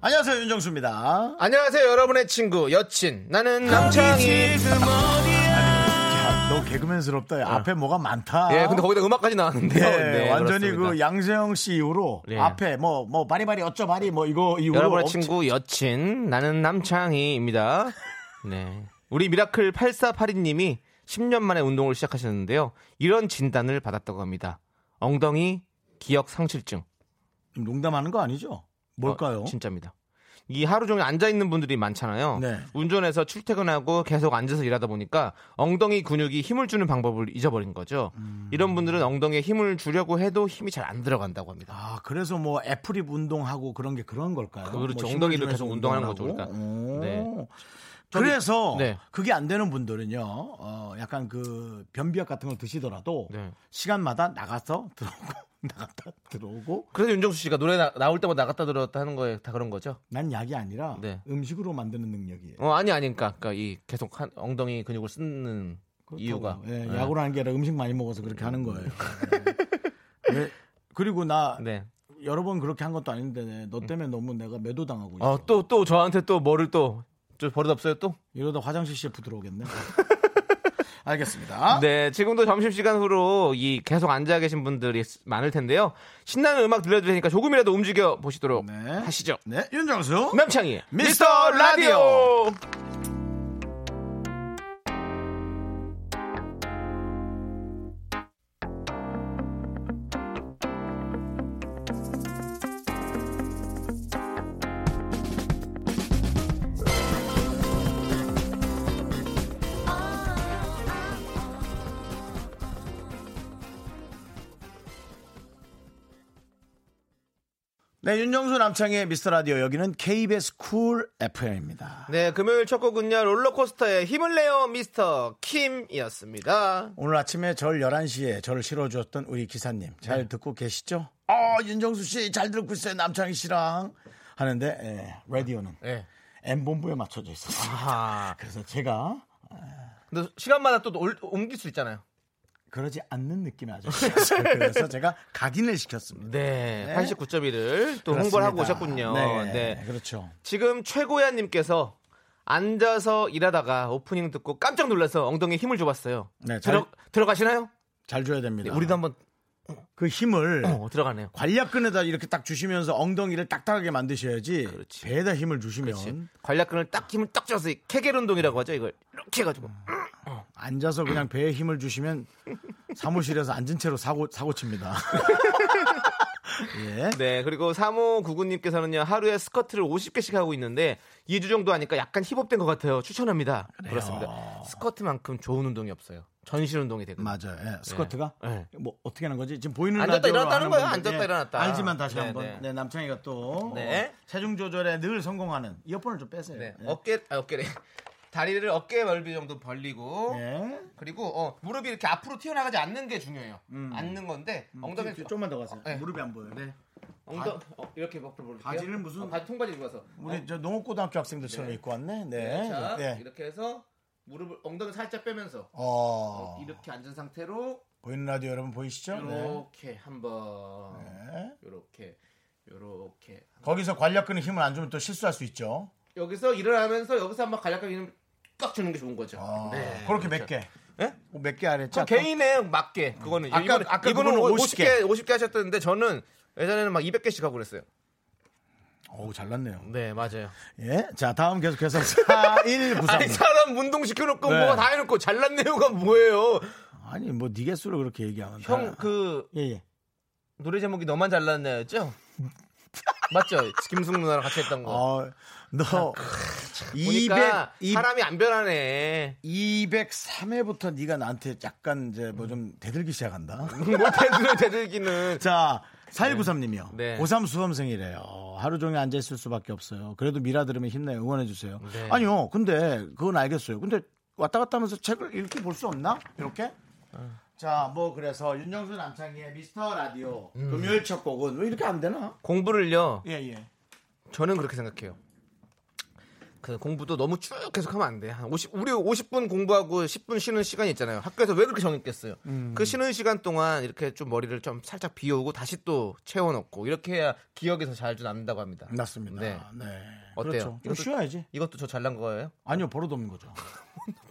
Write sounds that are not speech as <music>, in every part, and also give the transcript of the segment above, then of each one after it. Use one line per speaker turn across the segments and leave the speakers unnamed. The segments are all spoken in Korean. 안녕하세요 윤정수입니다.
안녕하세요 여러분의 친구 여친 나는 남창희
야, 너 개그맨스럽다. 야, 앞에 뭐가 많다.
어. 예 근데 거기다 음악까지 나왔는데요
예,
네,
아. 완전히
그렇습니다.
그 양세형 씨 이후로
예.
앞에 뭐 뭐 바리바리 어쩌바리 뭐 이거 이후로
여러분의
엄청-
친구 여친 나는 남창희입니다 네 우리 미라클 8482님이 10년 만에 운동을 시작하셨는데요 이런 진단을 받았다고 합니다 엉덩이 기억 상실증
농담하는 거 아니죠? 뭘까요?
어, 진짜입니다. 이 하루 종일 앉아 있는 분들이 많잖아요.
네.
운전해서 출퇴근하고 계속 앉아서 일하다 보니까 엉덩이 근육이 힘을 주는 방법을 잊어버린 거죠.
음.
이런 분들은 엉덩이에 힘을 주려고 해도 힘이 잘 안 들어간다고 합니다.
아 그래서 뭐 애프립 운동하고 그런 게 그런 걸까요?
그렇죠.
뭐 힘을
엉덩이를
주면서
계속 운동하는
운동을
거죠,
하고?
그러니까. 네.
오. 그래서
네.
그게 안 되는 분들은요, 어, 약간 그 변비약 같은 걸 드시더라도
네.
시간마다 나가서 <laughs> 들어오고 나갔다 들어오고
그래서 윤정수 씨가 노래 나, 나올 때마다 나갔다 들었다 하는 거에 다 그런 거죠.
난 약이 아니라
네.
음식으로 만드는 능력이에요.
어 아니 아니니까 그러니까 이 계속 한 엉덩이 근육을 쓰는 이유가 네. 음.
그렇다고. 예, 약으로 하는 게 아니라 음식 많이 먹어서 그렇게 하는 거예요. 예. 그리고 나
네. 음.
여러 번 그렇게 한 것도 아닌데 너 때문에 너무 내가 매도당하고 있어.
어 또 또 저한테 또 뭐를 또좀 버릇 없어요 또?
이러다 화장실 CF <laughs> 들어오겠네. 알겠습니다.
네, 지금도 점심시간 후로 이 계속 앉아 계신 분들이 많을 텐데요. 신나는 음악 들려드리니까 조금이라도 움직여 보시도록
네.
하시죠.
네, 윤정수.
남창희
미스터 라디오. 네, 윤정수 남창의 미스터 라디오 여기는 KBS 쿨 FM입니다.
네, 금요일 첫 곡은요. 롤러코스터의 힘을 내요 미스터 킴이었습니다.
오늘 아침에 절 11시에 저를 실어주었던 우리 기사님 잘 듣고 계시죠? 네. 아 윤정수 씨 잘 듣고 있어요 남창희 씨랑 하는데 예, 라디오는
예.
M본부에 맞춰져 있었어요
아,
그래서 제가
근데 시간마다 또 올- 옮길 수 있잖아요.
그러지 않는 느낌의 <laughs> 아저씨였어요 그래서 제가 각인을 시켰습니다
네,
네.
89.1을 또 홍보를 하고
그렇습니다.
오셨군요.
네,
네.
그렇죠
지금 최고야님께서 앉아서 일하다가 오프닝 듣고 깜짝 놀라서 엉덩이에 힘을 줘봤어요.
네, 잘-
들어, 들어가시나요?
잘 줘야 됩니다
네, 우리도 한번
그 힘을
<clears throat> 어, 들어가네요.
관략근에다 이렇게 딱 주시면서 엉덩이를 딱딱하게 만드셔야지
그렇지.
배에다 힘을 주시면
네. 관략근을 딱 힘을 딱 줘서 이 케겔 운동이라고 하죠. 이걸 이렇게 해가지고
앉아서 그냥 배에 힘을 주시면 사무실에서 앉은 채로 사고 사고
<laughs>
칩니다. 예.
네 그리고 3호 구구님께서는요 하루에 스쿼트를 50개씩 하고 있는데 2주 정도 하니까 약간 힙업된 것 같아요. 추천합니다. 그렇습니다 스쿼트만큼 좋은 운동이 없어요. 전신 운동이 되고
맞아요. 예, 스쿼트가
예.
뭐 어떻게 하는 거지? 지금 보이는
앉았다
라디오로
일어났다는
하는
거예요.
건데,
앉았다 일어났다.
알지만 다시
네,
한번
네.
네, 남창이가 또
네.
어, 체중 조절에 늘 성공하는 이어폰을 좀 빼세요.
네,
예.
어깨 아, 어깨래 <laughs> 다리를 어깨 넓이 정도 벌리고
예.
그리고 어, 무릎이 이렇게 앞으로 튀어나가지 않는 게 중요해요. 앉는 건데 엉덩이
음. 뒤- 뒤- 좀만 더 가세요.
네.
무릎이 안 보여요.
엉덩 어, 이렇게 옆으로 볼게요.
바지는 무슨-
어, 바지 통바지 입어서
우리 저 농업고등학교 학생들처럼 입고 왔네. 네.
자,
네.
이렇게 해서 무릎을 엉덩이 살짝 빼면서
어.
이렇게 앉은 상태로
보이는 라디오 여러분 보이시죠? 네.
이렇게 한번
네.
이렇게 이렇게
거기서 관략근에 힘을 안 주면 또 실수할 수 있죠.
여기서 일어나면서 여기서 한번 간략하게 힘을 꽉 주는 게 좋은 거죠.
아,
네.
그렇게 몇 개? 어,
예?
몇 개 안 했죠?
저 개인의 맞게 그거는
아까-
이번,
아까
이분은
그거는
50개 50개 하셨던데 저는 예전에는 막 200개씩 하고 그랬어요.
어, 오, 잘났네요.
네 맞아요.
예. 자, 다음
<laughs>
계속해서 4193.
아니 사람 운동 시켜놓고
네.
뭐다 해놓고 잘났네요가 뭐예요?
아니, 뭐, 니 개수로 그렇게 얘기하면. 다-
형 그
예, 예.
노래 제목이 너만 잘났네였죠? 맞죠? 김숙 누나랑 같이 했던 거.
어, 너, 200,
아, 보니까
200
사람이 안 변하네.
203회부터
<laughs>
니가 나한테 약간 이제 뭐 좀 대들기 시작한다.
뭐 대들 대들기는
자, 4193님이요.
네.
고3 수험생이래요. 하루 종일 앉아있을 수밖에 없어요. 그래도 미라 들으면 힘내요. 응원해주세요.
네.
아니요. 근데 그건 알겠어요. 근데 왔다 갔다 하면서 책을 읽기 볼 수 없나? 이렇게? 자, 뭐 그래서 윤정수 남창희의 미스터 라디오
음.
금요일 첫 곡은 왜 이렇게 안 되나?
공부를요.
예, 예.
저는 그렇게 생각해요. 그 공부도 너무 쭉 계속하면 안 돼. 한 50, 우리 50분 공부하고 10분 쉬는 시간 있잖아요. 학교에서 왜 그렇게 정했겠어요?
음.
그 쉬는 시간 동안 이렇게 좀 머리를 좀 살짝 비우고 다시 또 채워넣고 이렇게 해야 기억에서 잘 좀 남는다고 합니다.
맞습니다. 네.
네.
그렇죠.
어때요?
좀
이것도-
쉬어야지.
이것도 저 잘난 거예요?
아니요, 버릇없는
<laughs>
거죠.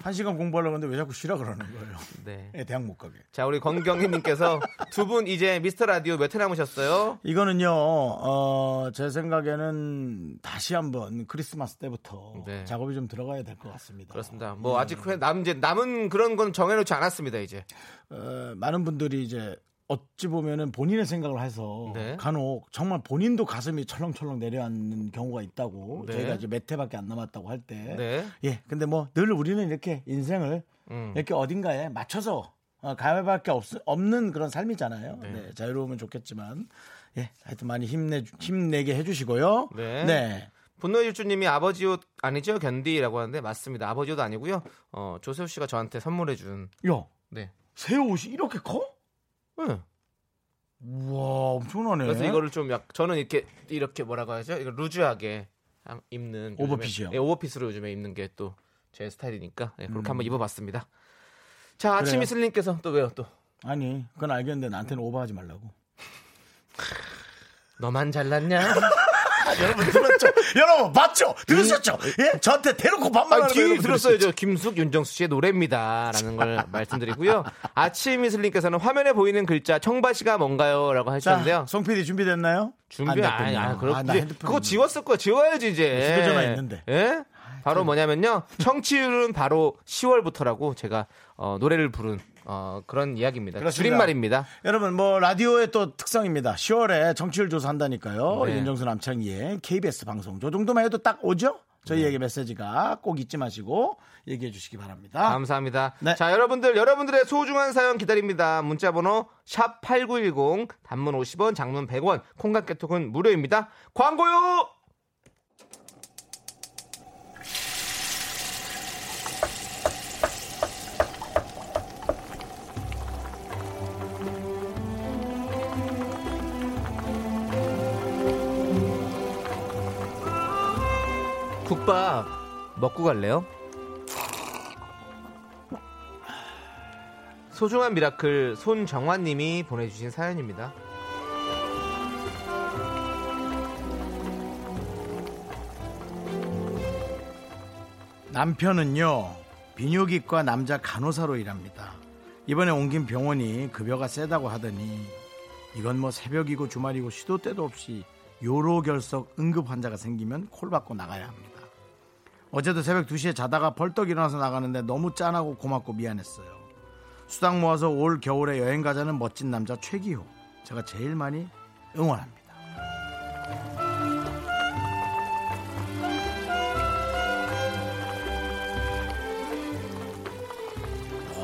한 시간 공부하려고 하는데 왜 자꾸 쉬라 그러는 거예요?
네.
예, 대학 못 가게.
자, 우리 권경희님께서 <laughs> 두 분 이제 미스터 라디오 몇 회 남으셨어요?
이거는요, 어, 제 생각에는 다시 한번 크리스마스 때부터
네.
작업이 좀 들어가야 될 것 같습니다.
그렇습니다.
음.
뭐 아직 회- 남, 이제 남은 그런 건 정해놓지 않았습니다, 이제.
어, 많은 분들이 이제 어찌 보면은 본인의 생각을 해서
네.
간혹 정말 본인도 가슴이 철렁철렁 내려앉는 경우가 있다고
네.
저희가 이제 몇 회밖에 안 남았다고 할 때.
네.
예, 근데 뭐 늘 우리는 이렇게 인생을
음.
이렇게 어딘가에 맞춰서 어, 가야밖에 없, 없는 그런 삶이잖아요. 네. 자유로우면 좋겠지만. 예, 하여튼 많이 힘내, 힘내게 해주시고요.
네.
네.
분노의 일주님이 아버지 옷 아니죠? 견디라고 하는데 맞습니다. 아버지 옷 아니고요. 어, 조세호 씨가 저한테 선물해준
야,
네.
새 옷이 이렇게 커?
응.
우와, 엄청나네.
그래서 이거를 좀 약, 저는 이렇게 이렇게 뭐라고 하죠? 이거 루즈하게 함- 입는 요즘에-
오버핏이요?
예, 오버핏으로 요즘에 입는 게 또 제 스타일이니까 예, 그렇게 한번 입어봤습니다. 자
음.
아침
그래요.
이슬님께서 또 왜요? 또
아니, 그건 알겠는데 나한테는 오버하지 말라고.
너만 잘났냐?
<laughs> 여러분 들었죠? 여러분 봤죠? 들으셨죠? 예? 저한테 대놓고
아,
반말하는
뒤에
여러분
들었어요.
들으셨죠?
저 김숙, 윤정수 씨의
<laughs>
노래입니다라는 걸 말씀드리고요. 아침 이슬님께서는 화면에 보이는 글자 청바시가 뭔가요?라고
자,
하셨는데요.
송 PD 준비됐나요?
준비 아니 아 그렇
아,
아,
나 핸드폰
그거 지웠을 거야 지워야지 이제
집에 전화 있는데. 아,
예 바로 뭐냐면요 청취율은 바로 10월부터라고 제가 어, 노래를 부른 어, 그런 이야기입니다
그렇습니다.
줄임말입니다
여러분 뭐 라디오의 또 특성입니다. 10월에 정치율 조사한다니까요.
네.
윤정수 남창희의 KBS 방송 저 정도만 해도 딱 오죠? 저희에게
네.
메시지가 꼭 잊지 마시고 얘기해 주시기 바랍니다.
감사합니다
네.
자 여러분들 여러분들의 소중한 사연 기다립니다 문자번호 샵 #8910 단문 50원 장문 100원 콩깍개톡은 무료입니다 광고요 국밥 먹고 갈래요? 소중한 미라클 손정환님이 보내주신 사연입니다.
남편은요 비뇨기과 남자 간호사로 일합니다. 이번에 옮긴 병원이 급여가 세다고 하더니 이건 뭐 새벽이고 주말이고 시도 때도 없이 요로결석 응급 환자가 생기면 콜 받고 나가야 합니다. 어제도 새벽 2시에 자다가 벌떡 일어나서 나가는데 너무 짠하고 고맙고 미안했어요. 수당 모아서 올 겨울에 여행 가자는 멋진 남자 최기호 제가 제일 많이 응원합니다.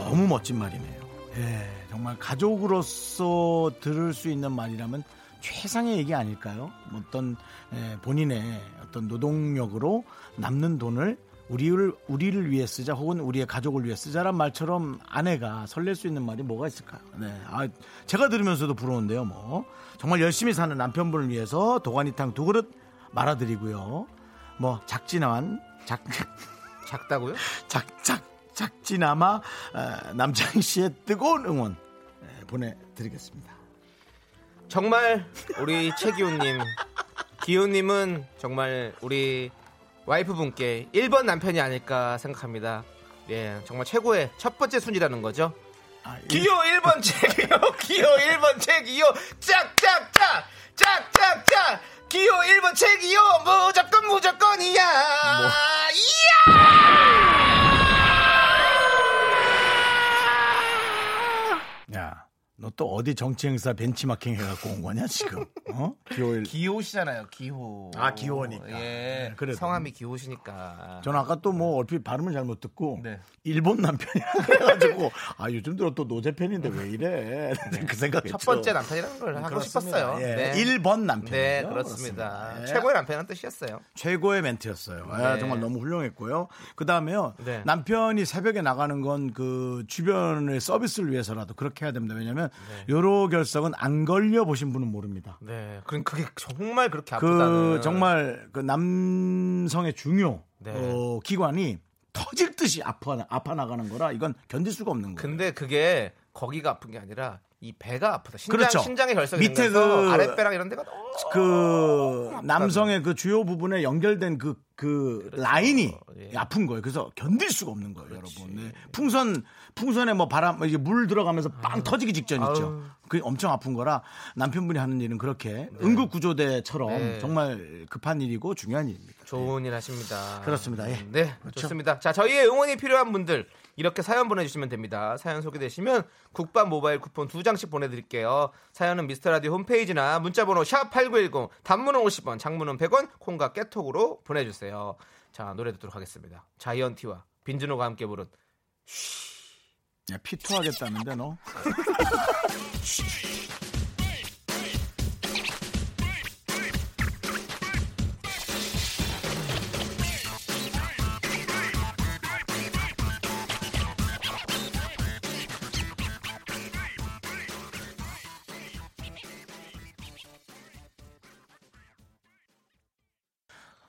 너무 멋진 말이네요. 예, 정말 가족으로서 들을 수 있는 말이라면 최상의 얘기 아닐까요? 어떤 예, 본인의 어떤 노동력으로 남는 돈을 우리를 우리를 위해 쓰자 혹은 우리의 가족을 위해 쓰자란 말처럼 아내가 설렐 수 있는 말이 뭐가 있을까요? 네, 아, 제가 들으면서도 부러운데요. 뭐 정말 열심히 사는 남편분을 위해서 도가니탕 두 그릇 말아드리고요. 뭐 작진한 작
작다고요?
작작 작지나마 어, 남창희 씨의 뜨거운 응원 예, 보내드리겠습니다.
정말 우리 최기훈님, 기훈님은 정말 우리 와이프분께 1번 남편이 아닐까 생각합니다. 예, 정말 최고의 첫 번째 순위라는 거죠.
아, 이-
기호 1번 최기호, 기호 1번 최기호, 짝짝짝, 짝짝짝, 기호 1번 최기호, 무조건 무조건이야. 이야!
야, 너 또 어디 정치 행사 벤치마킹 해갖고 온 거냐 지금? 어? 기호일.
기호시잖아요, 기호.
아, 기호니까.
예.
네, 그래도.
성함이 기호시니까.
저는 아까 또 뭐 얼핏 발음을 잘못 듣고
네.
일본 남편이라 그래가지고 아 요즘 들어 또 노제 팬인데 왜 이래? 그 생각했죠.
첫 번째 남편이라는 걸 하고
그렇습니다.
싶었어요.
예.
네.
1번 남편.
네, 그렇습니다. 최고의 남편은 뜻이었어요.
최고의 멘트였어요. 아,
네.
정말 너무 훌륭했고요. 그 다음에요.
네.
남편이 새벽에 나가는 건 그 주변의 서비스를 위해서라도 그렇게 해야 됩니다. 왜냐하면 요로 결석은 안 걸려 보신 분은 모릅니다.
네. 그럼 그게 정말 그렇게 아프다는.
그 정말 그 남성의 중요
네.
어, 기관이 터질 듯이 아파 아파 나가는 거라 이건 견딜 수가 없는 거예요.
근데 그게 거기가 아픈 게 아니라 이 배가 아프다. 신장,
그렇죠.
신장의 결석이
밑에
밑에 서
그-
아랫배랑 이런 데가 너무
그 남성의 그 주요 부분에 연결된 그 그 라인이
예.
아픈 거예요. 그래서 견딜 수가 없는 거예요, 여러분. 네. 풍선 풍선에 뭐 바람 이제 물 들어가면서 빵 터지기 직전 있죠. 그게 엄청 아픈 거라 남편분이 하는 일은 그렇게 응급 구조대처럼
네.
정말 급한 일이고 중요한 일입니다.
좋은 일 하십니다.
그렇습니다. 예.
네,
그렇죠.
좋습니다. 자, 저희의 응원이 필요한 분들 이렇게 사연 보내주시면 됩니다. 사연 소개되시면 국밥 모바일 쿠폰 두 장씩 보내드릴게요. 사연은 미스터라디오 홈페이지나 문자번호 샵 #8910 단문은 50원, 장문은 100원, 콩과 깨톡으로 보내주세요. 자, 노래 듣도록 하겠습니다. 자이언티와 빈준호가 함께 부른
야, 피투하겠다는데 너.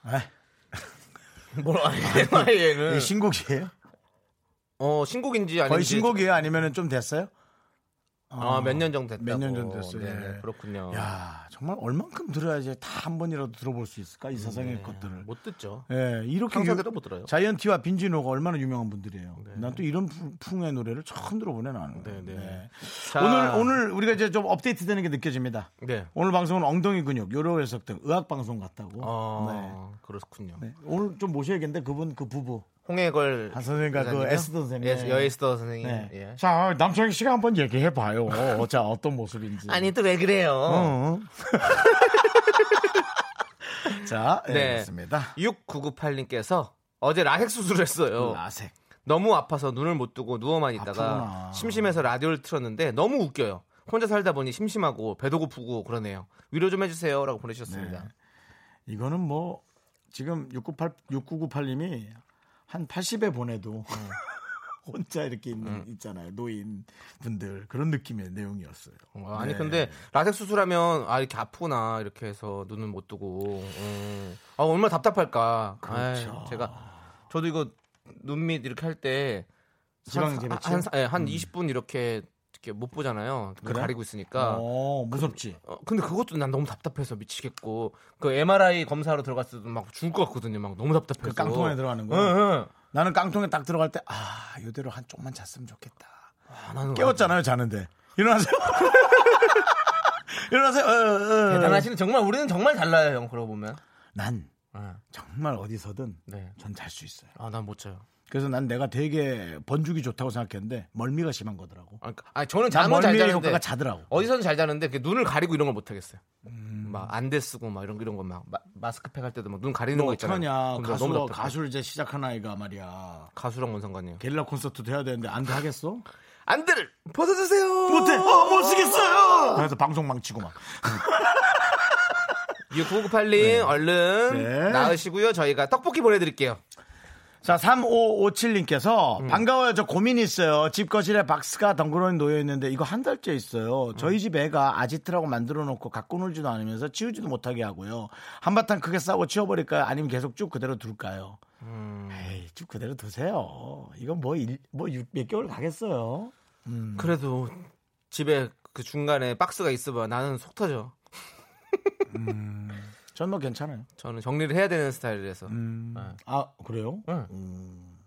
아,
뭐라 얘는
이게 신곡이에요?
어 신곡인지 네. 아닌지
거의 신곡이에요? 아니면 좀 됐어요?
아몇 년 정도 됐다고
몇년전 됐어요.
네,
예.
그렇군요.
야 정말 얼만큼 들어야지 다 한 번이라도 들어볼 수 있을까 이 세상의 것들을.
못 듣죠.
예, 이렇게
네. 뭐 평소에
유-
들어 못 들어요.
자이언티와 빈지노가 얼마나 유명한 분들이에요. 난 또 이런 풍- 풍의 노래를 처음 들어보네 나는.
네, 네. 자.
오늘 오늘 우리가 이제 좀 업데이트되는 게 느껴집니다.
네.
오늘 방송은 엉덩이 근육, 요로 해석 등 의학 방송 같다고.
어 그렇군요.
네. 네. 오늘 좀 모셔야겠는데 그분 그 부부
홍해걸
한 선생님과 그
선생님이요?
에스더 선생님.
예, 여에스더 선생님.
네.
예.
자 남창희 씨가 한번 얘기해 봐요. 자 어떤 모습인지. 어.
아니 어. 또 왜 그래요?
<laughs> 자, 네.
네.
그렇습니다.
6998님께서 어제 라섹 수술했어요.
라섹.
너무 아파서 눈을 못 뜨고 누워만 있다가
음. 아프구나.
심심해서 라디오를 틀었는데 너무 웃겨요. 혼자 살다 보니 심심하고 배도 고프고 그러네요. 위로 좀 해주세요라고
네.
보내주셨습니다.
이거는 뭐 지금 698 6998님이 한 80에 보내도
어.
<laughs> 혼자 이렇게
음.
있는 있잖아요. 노인 분들 그런 느낌의 내용이었어요.
어, 아니
네.
근데 라섹 수술하면 아 이렇게 아프구나 이렇게 해서 눈은 못 뜨고 음. 아 얼마나 답답할까.
그렇죠.
아이, 제가 저도 이거 눈 밑 이렇게 할 때
지방
한,
재배치?
한, 예, 한 20분 이렇게 이렇게 못 보잖아요. 눈
그래?
가리고 있으니까.
어, 무섭지.
어, 근데 그것도 난 너무 답답해서 미치겠고 그 MRI 검사로 들어갔을 때도 막 죽을 것 같거든요. 막 너무 답답해서.
그 깡통에 들어가는
응,
거.
응.
나는 깡통에 딱 들어갈 때 아, 이대로 한 쪽만 잤으면 좋겠다.
아, 나는
깨웠잖아요, 자는데.
<laughs>
일어나세요. 일어나세요. 어, 어, 어.
대단하시는 정말 우리는 정말 달라요, 형. 그러고 보면.
난
네.
정말 어디서든
네.
전 잘 수 있어요.
아, 난 못 자요.
그래서 난 내가 되게 번죽이 좋다고 생각했는데 멀미가 심한 거더라고.
아, 그러니까- 아니, 저는
난
잠은 잘
멀미의
자는데
효과가 자더라고. 음.
어디서는 잘 자는데 그 눈을 가리고 이런 걸 못 하겠어요. 막 안대 쓰고 막 이런 이런 거막 마스크팩 할 때도 막 눈 가리는 거 있잖아요.
어쩌냐
그럼 나
가수
너무 답답해.
가수를 이제 시작한 아이가 말이야
가수랑 뭔 상관이에요?
게릴라 콘서트도 해야 되는데 안 돼 하겠어?
안대를 벗어 주세요.
못해 어못 쓰겠어요. 그래서 방송 망치고 막
6998님 얼른
네.
나으시고요. 저희가 떡볶이 보내드릴게요.
자,
음.
3557님께서 반가워요. 저 고민이 있어요. 집 거실에 박스가 덩그러니 놓여 있는데 이거 한 달째 있어요.
음.
저희 집 애가 아지트라고 만들어 놓고 갖고 놀지도 않으면서 치우지도 못하게 하고요. 한바탕 크게 싸고 치워버릴까요? 아니면 계속 쭉 그대로 둘까요?
음.
에이, 쭉 그대로 두세요. 이건 뭐, 일, 뭐, 육- 몇 개월 가겠어요. 음.
그래도 집에 그 중간에 박스가 있어봐. 나는 속 터져.
전 뭐 괜찮아요.
저는 정리를 해야 되는 스타일이라서. 네.
아, 그래요?
응.
음.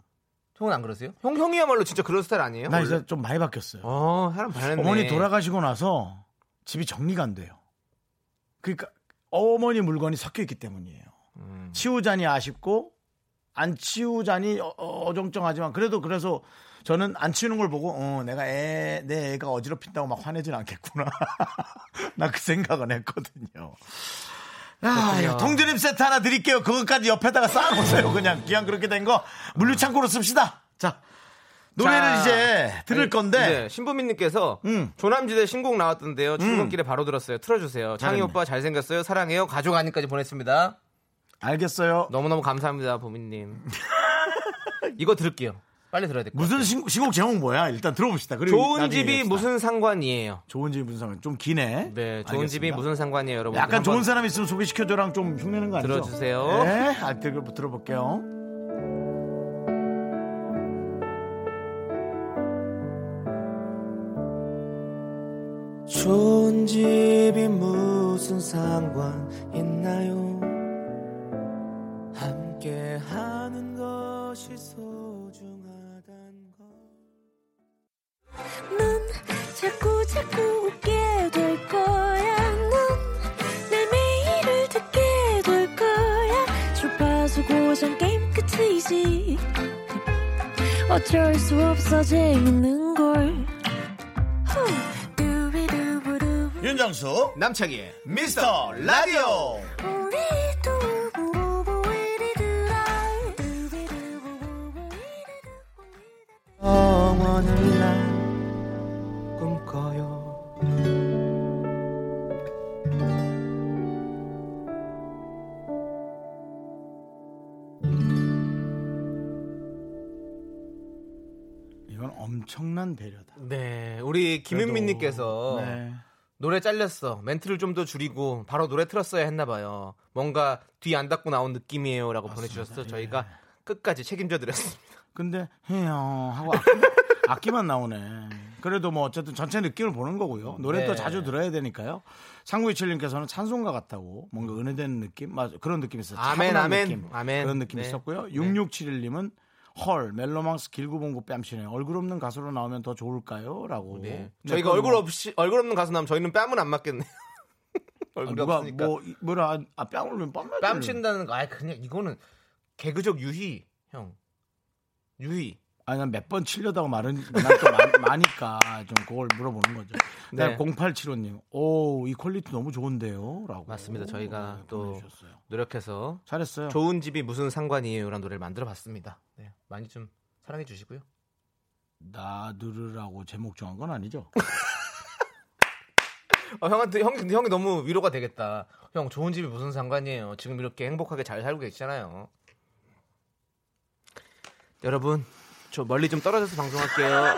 형은 안 그러세요? 형 형이야말로 진짜 그런 스타일 아니에요?
나
원래?
이제 좀 많이 바뀌었어요.
어 사람 반했네.
어머니 돌아가시고 나서 집이 정리가 안 돼요. 그러니까 어머니 물건이 섞여 있기 때문이에요.
음.
치우자니 아쉽고 안 치우자니 어- 어- 어정쩡하지만 그래도 그래서 저는 안 치우는 걸 보고 어, 내가 애, 내 애가 어지럽힌다고 막 화내진 않겠구나. <laughs> 나 그 생각은 했거든요. 아, 통조림 세트 하나 드릴게요. 그것까지 옆에다가 쌓아보세요. 그냥 그냥 그렇게 된 거 물류창고로 씁시다. 자, 노래를
자,
이제 들을
아니,
건데
네, 신부민님께서
음.
조남지대 신곡 나왔던데요. 출근길에 바로 들었어요. 틀어주세요. 창희
잘했네.
오빠 잘생겼어요. 사랑해요. 가져가니까지 보냈습니다.
알겠어요.
너무너무 감사합니다, 보민님.
<laughs>
이거 들을게요. 빨리 들어야 될것
무슨 신곡, 신곡 제목 뭐야? 일단 들어봅시다. 그리고
좋은
나중에
집이
얘기합시다.
무슨 상관이에요?
좋은 집이 무슨 상관? 좀 기네.
네, 좋은
알겠습니다.
집이 무슨 상관이에요, 여러분?
약간 좋은 사람 있으면 소개시켜줘랑 좀 흉내는 거 아니죠?
들어주세요.
네, 아, 들- 들어볼게요.
좋은 집이 무슨 상관 있나요? 함께 하는 것이 소중하단 걸.
넌 자꾸 자꾸 웃게 될 거야. 넌내 매일을 듣게 될 거야. 주파수 고정 게임 끝이지. 어쩔 수 없어 재밌는 걸. 후. 두비두부두.
윤정수
남창희의
미스터 라디오.
우리 두부부부 우리 두라. 두비두부부부 우리 두부부.
영원을 날 꿈꿔요.
이건 엄청난 배려다.
네, 우리 김윤민님께서
네.
노래 잘렸어. 멘트를 좀 더 줄이고 바로 노래 틀었어야 했나 봐요. 뭔가 뒤 안 닦고 나온 느낌이에요라고
예.
보내주셨어. 저희가 끝까지 책임져 드렸습니다.
근데 해요 하고
<laughs>
악기, 만 나오네. 그래도 뭐 어쨌든 전체 느낌을 보는 거고요. 노래 또
네.
자주 들어야 되니까요. 상구이칠님께서는 찬송가 같다고 뭔가 은혜되는 느낌, 맞아 그런 느낌 있었어요.
음. 아멘,
차분한
아멘,
느낌.
아멘.
그런 느낌
네.
있었고요. 6671님은 헐 멜로망스 길고 봉고 뺨치네. 얼굴 없는 가수로 나오면 더 좋을까요?라고. 뭐
네. 저희가 얼굴 없이 얼굴 없는 가수 나면 저희는 뺨은 안 맞겠네요. <laughs> 얼굴
누가
없으니까
뭐 이- 뭐라 아, 뺨 올면 뺨 맞지.
뺨 친다는 거 아예 그냥 이거는 개그적 유희 형 유희
아니 난 몇 번 치려다가 말은 난또 많으니까 <laughs> 좀 그걸 물어보는 거죠.
네.
네. 0875님, 오 이 퀄리티 너무 좋은데요?라고.
맞습니다. 저희가
네,
또
보내주셨어요.
노력해서
잘했어요.
좋은 집이 무슨 상관이에요라는 노래를 만들어봤습니다. 네, 많이 좀 사랑해 주시고요.
나들으라고 제목 정한 건
<laughs>
아니죠?
어, 형한테 형 근데 형이 너무 위로가 되겠다. 형 좋은 집이 무슨 상관이에요. 지금 이렇게 행복하게 잘 살고 계시잖아요. 여러분 저 멀리 좀 떨어져서
<laughs>
방송할게요.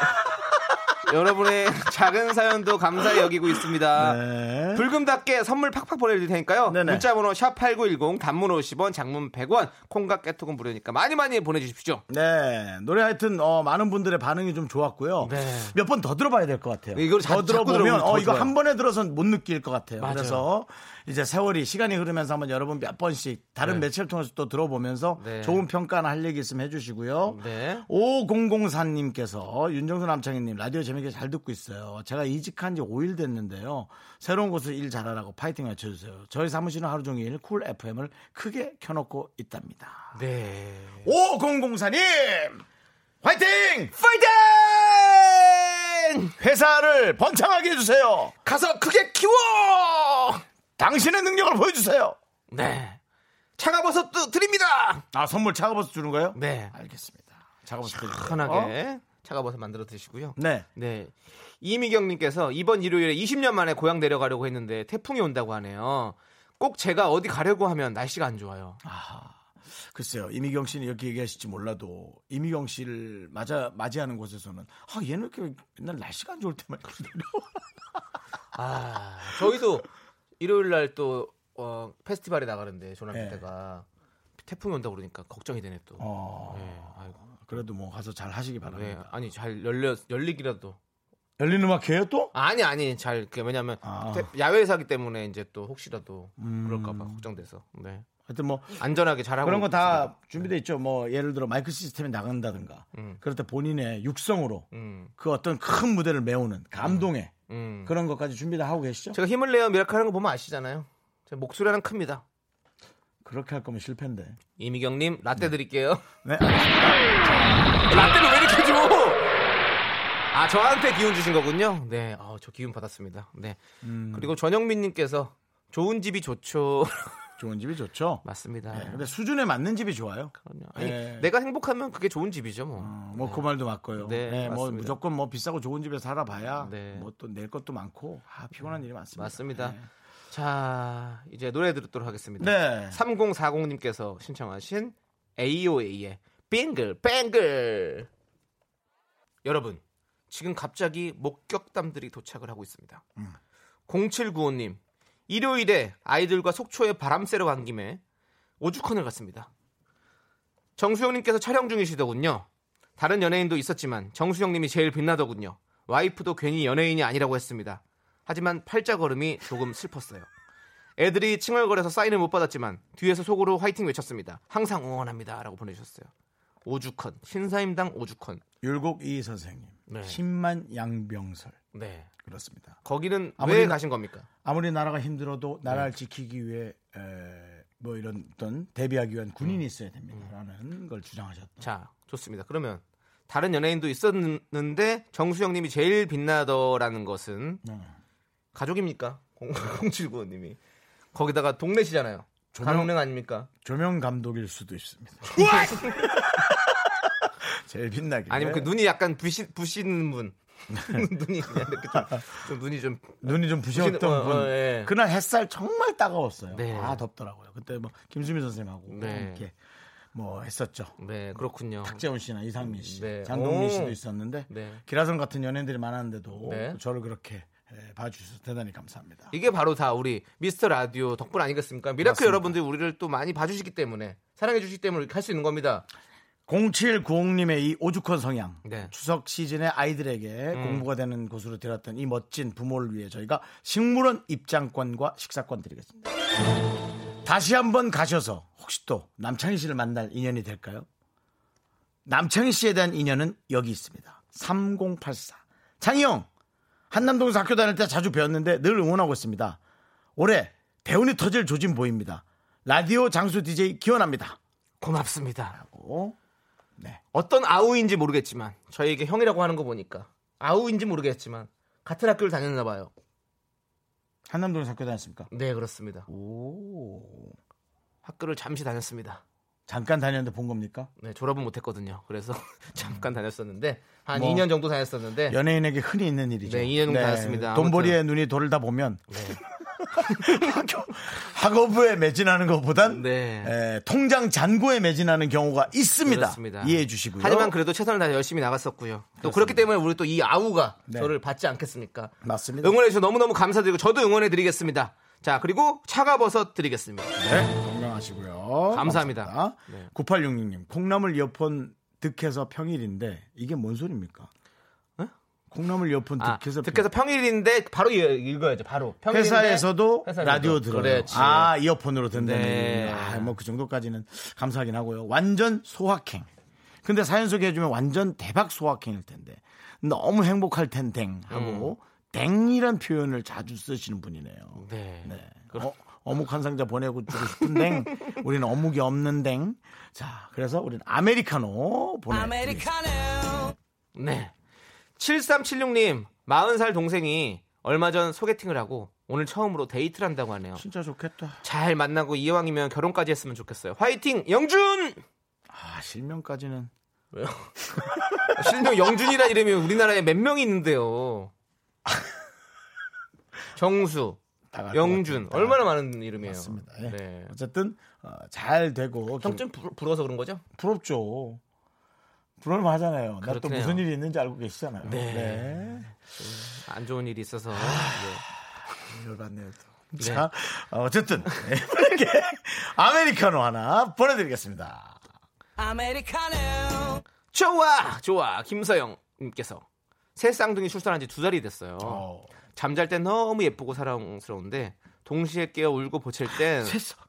여러분의 작은 사연도 감사히 여기고 있습니다.
네.
불금답게 선물 팍팍 보내드릴 테니까요.
네네.
문자번호 샵 #8910 단문 50원, 장문 100원, 콩과 깨톡은 무료니까 많이 많이 보내주십시오.
네 노래 하여튼 어, 많은 분들의 반응이 좀 좋았고요.
네.
몇 번 더 들어봐야 될 것 같아요.
네, 이걸 자-
더
자꾸
들어보면
들어보면 더
어, 이거
좋아요.
한 번에 들어선 못 느낄 것 같아요.
맞아요.
그래서 이제 세월이 시간이 흐르면서 한번 여러분 몇 번씩 다른 매체를 통해서 또 들어보면서
네.
좋은 평가나 할 얘기 있으면 해주시고요.
네.
5004님께서 윤정수 남창희님 라디오 재밌게 잘 듣고 있어요. 제가 이직한 지 5일 됐는데요. 새로운 곳에서 일 잘하라고 파이팅 외쳐주세요. 저희 사무실은 하루 종일 쿨 FM을 크게 켜놓고 있답니다.
네.
5004님! 화이팅!
파이팅!
회사를 번창하게 해주세요.
가서 크게 키워!
당신의 능력을 보여주세요.
네. 차가버섯도 드립니다!
아, 선물 차가버섯 주는 거예요?
네.
알겠습니다. 차가버섯 드릴게요. 아, 어?
편하게 차가버섯 만들어 드시고요.
네.
네. 이미경님께서 이번 일요일에 20년 만에 고향 내려가려고 했는데 태풍이 온다고 하네요. 꼭 제가 어디 가려고 하면 날씨가 안 좋아요.
글쎄요. 이미경 씨는 이렇게 얘기하실지 몰라도 이미경 씨를 맞아, 맞이하는 곳에서는 아, 얘는 이렇게 맨날 날씨가 안 좋을 때만 이렇게 내려와.
아, 저희도 일요일 날 또 어, 페스티벌에 나가는데 조남지
네.
때가 태풍이 온다고 그러니까 걱정이 되네 또.
어,
네, 아이고.
그래도 뭐 가서 잘 하시기
네,
바랍니다.
아니 잘 열려 열리기라도.
열린 음악회요 또?
아니 아니 잘 그, 왜냐면
아.
태- 야외에서 하기 때문에 이제 또 혹시라도 그럴까봐 걱정돼서. 네.
하여튼 뭐
안전하게 잘하고
그런 거 다 준비돼 있죠. 뭐 예를 들어 마이크 시스템이 나간다든가. 그럴 때 본인의 육성으로
음,
그 어떤 큰 무대를 메우는 감동의
음.
그런 것까지 준비 다 하고 계시죠?
제가 힘을 내어 미라클 하는 거 보면 아시잖아요. 제 목소리는 큽니다.
그렇게 할 거면 실패인데.
이미경님 <laughs> 라떼 드릴게요.
네.
라떼를 왜 이렇게 줘? 아 저한테 기운 주신 거군요. 네, 아, 저 기운 받았습니다. 네.
음.
그리고 전영민님께서 좋은 집이 좋죠. <laughs>
좋은 집이 좋죠.
맞습니다.
네, 근데 수준에 맞는 집이 좋아요.
그럼요. 아니,
네.
내가 행복하면 그게 좋은 집이죠, 뭐.
뭐 그 말도 맞고요.
네,
네, 뭐
맞습니다.
무조건 뭐 비싸고 좋은 집에 살아봐야
네. 음,
뭐 또 낼 것도 많고 아 피곤한 일이 많습니다.
맞습니다.
네.
자, 이제 노래 듣도록 하겠습니다.
네.
3040님께서 신청하신 AOA의 뱅글 뱅글. 여러분, 지금 갑자기 목격담들이 도착을 하고 있습니다. 0795님, 일요일에 아이들과 속초에 바람 쐬러 간 김에 오죽헌을 갔습니다. 정수영님께서 촬영 중이시더군요. 다른 연예인도 있었지만 정수영님이 제일 빛나더군요. 와이프도 괜히 연예인이 아니라고 했습니다. 하지만 팔자 걸음이 조금 슬펐어요. 애들이 칭얼거려서 사인을 못 받았지만 뒤에서 속으로 화이팅 외쳤습니다. 항상 응원합니다라고 보내주셨어요. 오죽헌 신사임당 오죽헌.
율곡 이 선생님,
네.
힘만 양병설
네.
그렇습니다.
거기는 왜
아무리
가신 겁니까?
아무리 나라가 힘들어도 나라를
네.
지키기 위해 에, 뭐 이런 어떤 대비하기 위한
음.
군인이 있어야 됩니다라는 걸 주장하셨던.
자, 좋습니다. 그러면 다른 연예인도 있었는데 정수영님이 제일 빛나더라는 것은 네.
네.
가족입니까? <laughs> 0795님이 거기다가 동네시잖아요.
저는-
가능행 아닙니까?
조명 감독일 수도 있습니다. <laughs> 제일 빛나게.
아니면 그 눈이 약간 부시 부시는 분 <laughs> 눈이 그냥 이렇게 좀, <laughs> 좀 눈이 좀
눈이 좀 부시었던
부신- 어,
분.
어, 예.
그날 햇살 정말 따가웠어요.
네.
아 덥더라고요. 그때 뭐 김수미 선생님하고
네.
함께 뭐 했었죠.
네, 그렇군요.
박재훈 씨나 이상민 씨,
네.
장동민
오.
씨도 있었는데
네.
기라성 같은 연예인들이 많았는데도
네.
저를 그렇게 예, 봐주셔서 대단히 감사합니다.
이게 바로 다 우리 미스터 라디오 덕분 아니겠습니까? 미라클
맞습니다.
여러분들이 우리를 또 많이 봐주시기 때문에 사랑해주시기 때문에 할 수 있는 겁니다.
0790님의 이 오죽헌 성향
네.
추석 시즌에 아이들에게 공부가 되는 곳으로 데려왔던 이 멋진 부모를 위해 저희가 식물원 입장권과 식사권 드리겠습니다. 다시 한번 가셔서 혹시 또 남창희 씨를 만날 인연이 될까요? 남창희 씨에 대한 인연은 여기 있습니다. 3084 창희 형 한남동에서 학교 다닐 때 자주 배웠는데 늘 응원하고 있습니다. 올해 대운이 터질 조짐 보입니다. 라디오 장수 DJ 기원합니다. 어?
고맙습니다.
고
어떤 아우인지 모르겠지만 저에게 형이라고 하는 거 보니까 아우인지 모르겠지만 같은 학교를 다녔나 봐요.
한남동에서 학교 다녔습니까?
네, 그렇습니다.
오.
학교를 잠시 다녔습니다.
잠깐 다녔는데 본 겁니까?
네, 졸업은 못했거든요. 그래서 <laughs> 잠깐 다녔었는데 한
뭐,
2년 정도 다녔었는데
연예인에게 흔히 있는 일이죠.
네, 인연은 다녔습니다. 아무튼. 네.
돈벌이에 눈이 돌다 보면 <laughs> 학교, 학업부에 매진하는 것보단
네.
에, 통장 잔고에 매진하는 경우가 있습니다.
그렇습니다.
이해해 주시고요.
하지만 그래도 최선을 다해 열심히 나갔었고요. 또 그렇기 때문에 우리 또 이 아우가
네.
저를 받지 않겠습니까?
맞습니다.
네. 응원해 주셔서 너무너무 감사드리고 저도 응원해 드리겠습니다. 자, 그리고 차가버섯 드리겠습니다.
네, 건강하시고요.
감사합니다.
9866님, 콩나물 이어폰 득해서 평일인데 이게 뭔 소리입니까? 콩나물 이어폰
네? 아,
득해서
득해서 평일인데 바로 이- 읽어야죠. 바로. 평일인데
회사에서도
회사에서도.
라디오 들어요.
그렇지.
아 이어폰으로 된다는
네.
얘기군요. 아, 뭐 그 정도까지는 감사하긴 하고요. 완전 소확행. 근데 사연 소개해주면 완전 대박 소확행일 텐데 너무 행복할 텐데 하고
음.
댕이란 표현을 자주 쓰시는 분이네요.
네.
어, 어묵 한 상자 보내고 주고 싶은 댕. 우리는 어묵이 없는 댕. 자, 그래서 우리는 아메리카노 보내.
네. 7376님, 40살 동생이 얼마 전 소개팅을 하고 오늘 처음으로 데이트를 한다고 하네요.
진짜 좋겠다.
잘 만나고 이왕이면 결혼까지 했으면 좋겠어요. 화이팅! 영준!
아 실명까지는
왜요? 실명 영준이라는 이름이 우리나라에 몇
<laughs>
명이 있는데요. 정수,
나갈 것
영준
같아요.
얼마나 많은 이름이에요.
맞습니다. 예.
네.
어쨌든 어, 잘 되고 김-
형좀 부- 부러워서 그런 거죠?
부럽죠. 부러울만하잖아요. 나 또
그렇긴 해요.
무슨 일이 있는지 알고 계시잖아요.
네.
네.
안 좋은 일이 있어서 네.
열받네요. 또. 자, 어, 어쨌든 네, 이렇게 아메리카노 하나 보내드리겠습니다.
좋아, 좋아. 김서영님께서 새 쌍둥이 출산한 지 두 달이 됐어요.
어.
잠잘 때 너무 예쁘고 사랑스러운데 동시에 깨어 울고 보칠 땐
새싹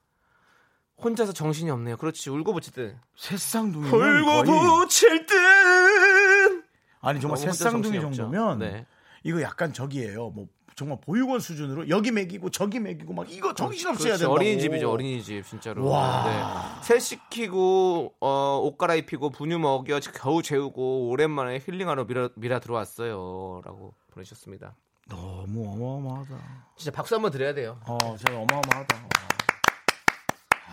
혼자서 정신이 없네요. 그렇지, 울고 보칠 때 음,
새쌍둥이
울고 보칠 땐
아니 정말
너무 혼자
새쌍둥이
정신이 없죠.
정도면
네.
이거 약간 저기예요. 뭐 정말 보육원 수준으로 여기 먹이고 저기 먹이고 막 이거 정신없이 해야
그렇지,
된다.
어린이집이죠 어린이집 진짜로
와.
네. 새 씻기고 어, 옷 갈아입히고 분유 먹여 겨우 재우고 오랜만에 힐링하러 밀어, 밀어 들어왔어요 라고 보내셨습니다
너무 어마어마하다.
진짜 박수 한번 드려야 돼요
어, 제가 어마어마하다.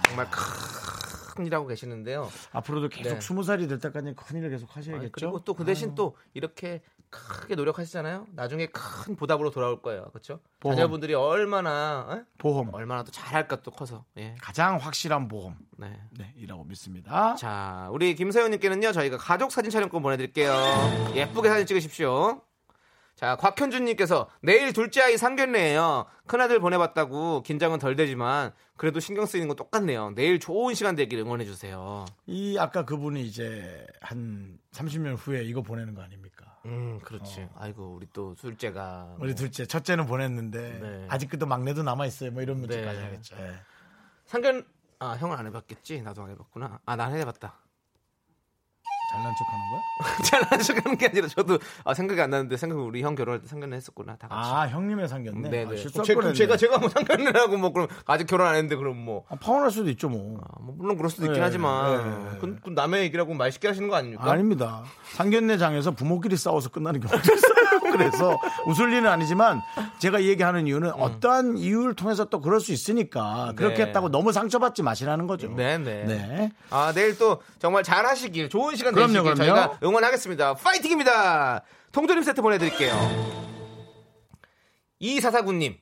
정말 큰 일하고 계시는데요
앞으로도 계속
네.
스무 살이 될 때까지 큰 일을 계속
아니,
하셔야겠죠. 음.
그리고 또 그 대신 또 이렇게 크게 노력하시잖아요 나중에 큰 보답으로 돌아올 거예요 그렇죠
보험.
자녀분들이 얼마나 어?
보험
얼마나 또 잘할까 또 커서 예.
가장 확실한 보험.
네.
네, 이라고 믿습니다.
자, 우리 김서연님께는요, 저희가 가족 사진 촬영권 보내드릴게요. 예쁘게 사진 찍으십시오. 자, 곽현준님께서 내일 둘째 아이 상견례예요. 큰아들 보내봤다고 긴장은 덜 되지만 그래도 신경 쓰이는 건 똑같네요. 내일 좋은 시간 되길 응원해주세요.
이 아까 그분이 이제 한 30년 후에 이거 보내는 거 아닙니까?
음, 그렇지. 아이고, 우리 또 둘째가.
우리 둘째, 첫째는 보냈는데
네.
아직도 막내도 남아 있어요. 뭐 이런 문제까지
네.
하겠죠. 예.
상견, 아, 형은 안 해봤겠지? 나도 안 해봤구나. 아, 난 해봤다. <laughs>
잘난 척하는 거야?
잘안 시간 게 아니라 저도 아, 생각이 안 나는데 생각 우리 형 결혼할 때 상견례 했었구나. 다 같이.
아, 형님의 상견네.
네네.
아,
제,
실수할
그럼
뻔했네.
제가 제가 뭐 상견례라고 뭐 그럼 아직 결혼 안 했는데 그럼 뭐,
아, 파혼할 수도 있죠, 뭐.
아, 뭐 물론 그럴 수도 있긴
네,
하지만
네.
그, 그 남의 얘기라고 말 쉽게 하시는 거 아닙니까?
아닙니다. 상견례장에서 부모끼리 싸워서 끝나는 경우도 있어요. <laughs> 그래서 웃을 일은 아니지만 제가 이 얘기하는 이유는 어떠한 이유를 통해서 또 그럴 수 있으니까 그렇게
음. 네.
했다고 너무 상처받지 마시라는 거죠.
네네.
네.
아 내일 또 정말 잘하시길 좋은 시간
그럼요,
되시길
그럼요.
저희가 응원하겠습니다. 파이팅입니다. 통조림 세트 보내드릴게요. 이사사구님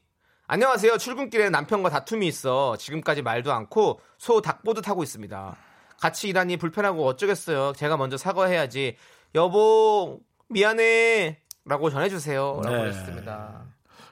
안녕하세요. 출근길에 남편과 다툼이 있어 지금까지 말도 않고 소 닭보드 타고 있습니다. 같이 일하니 불편하고 어쩌겠어요. 제가 먼저 사과해야지. 여보 미안해라고 전해주세요라고
네.
하셨습니다.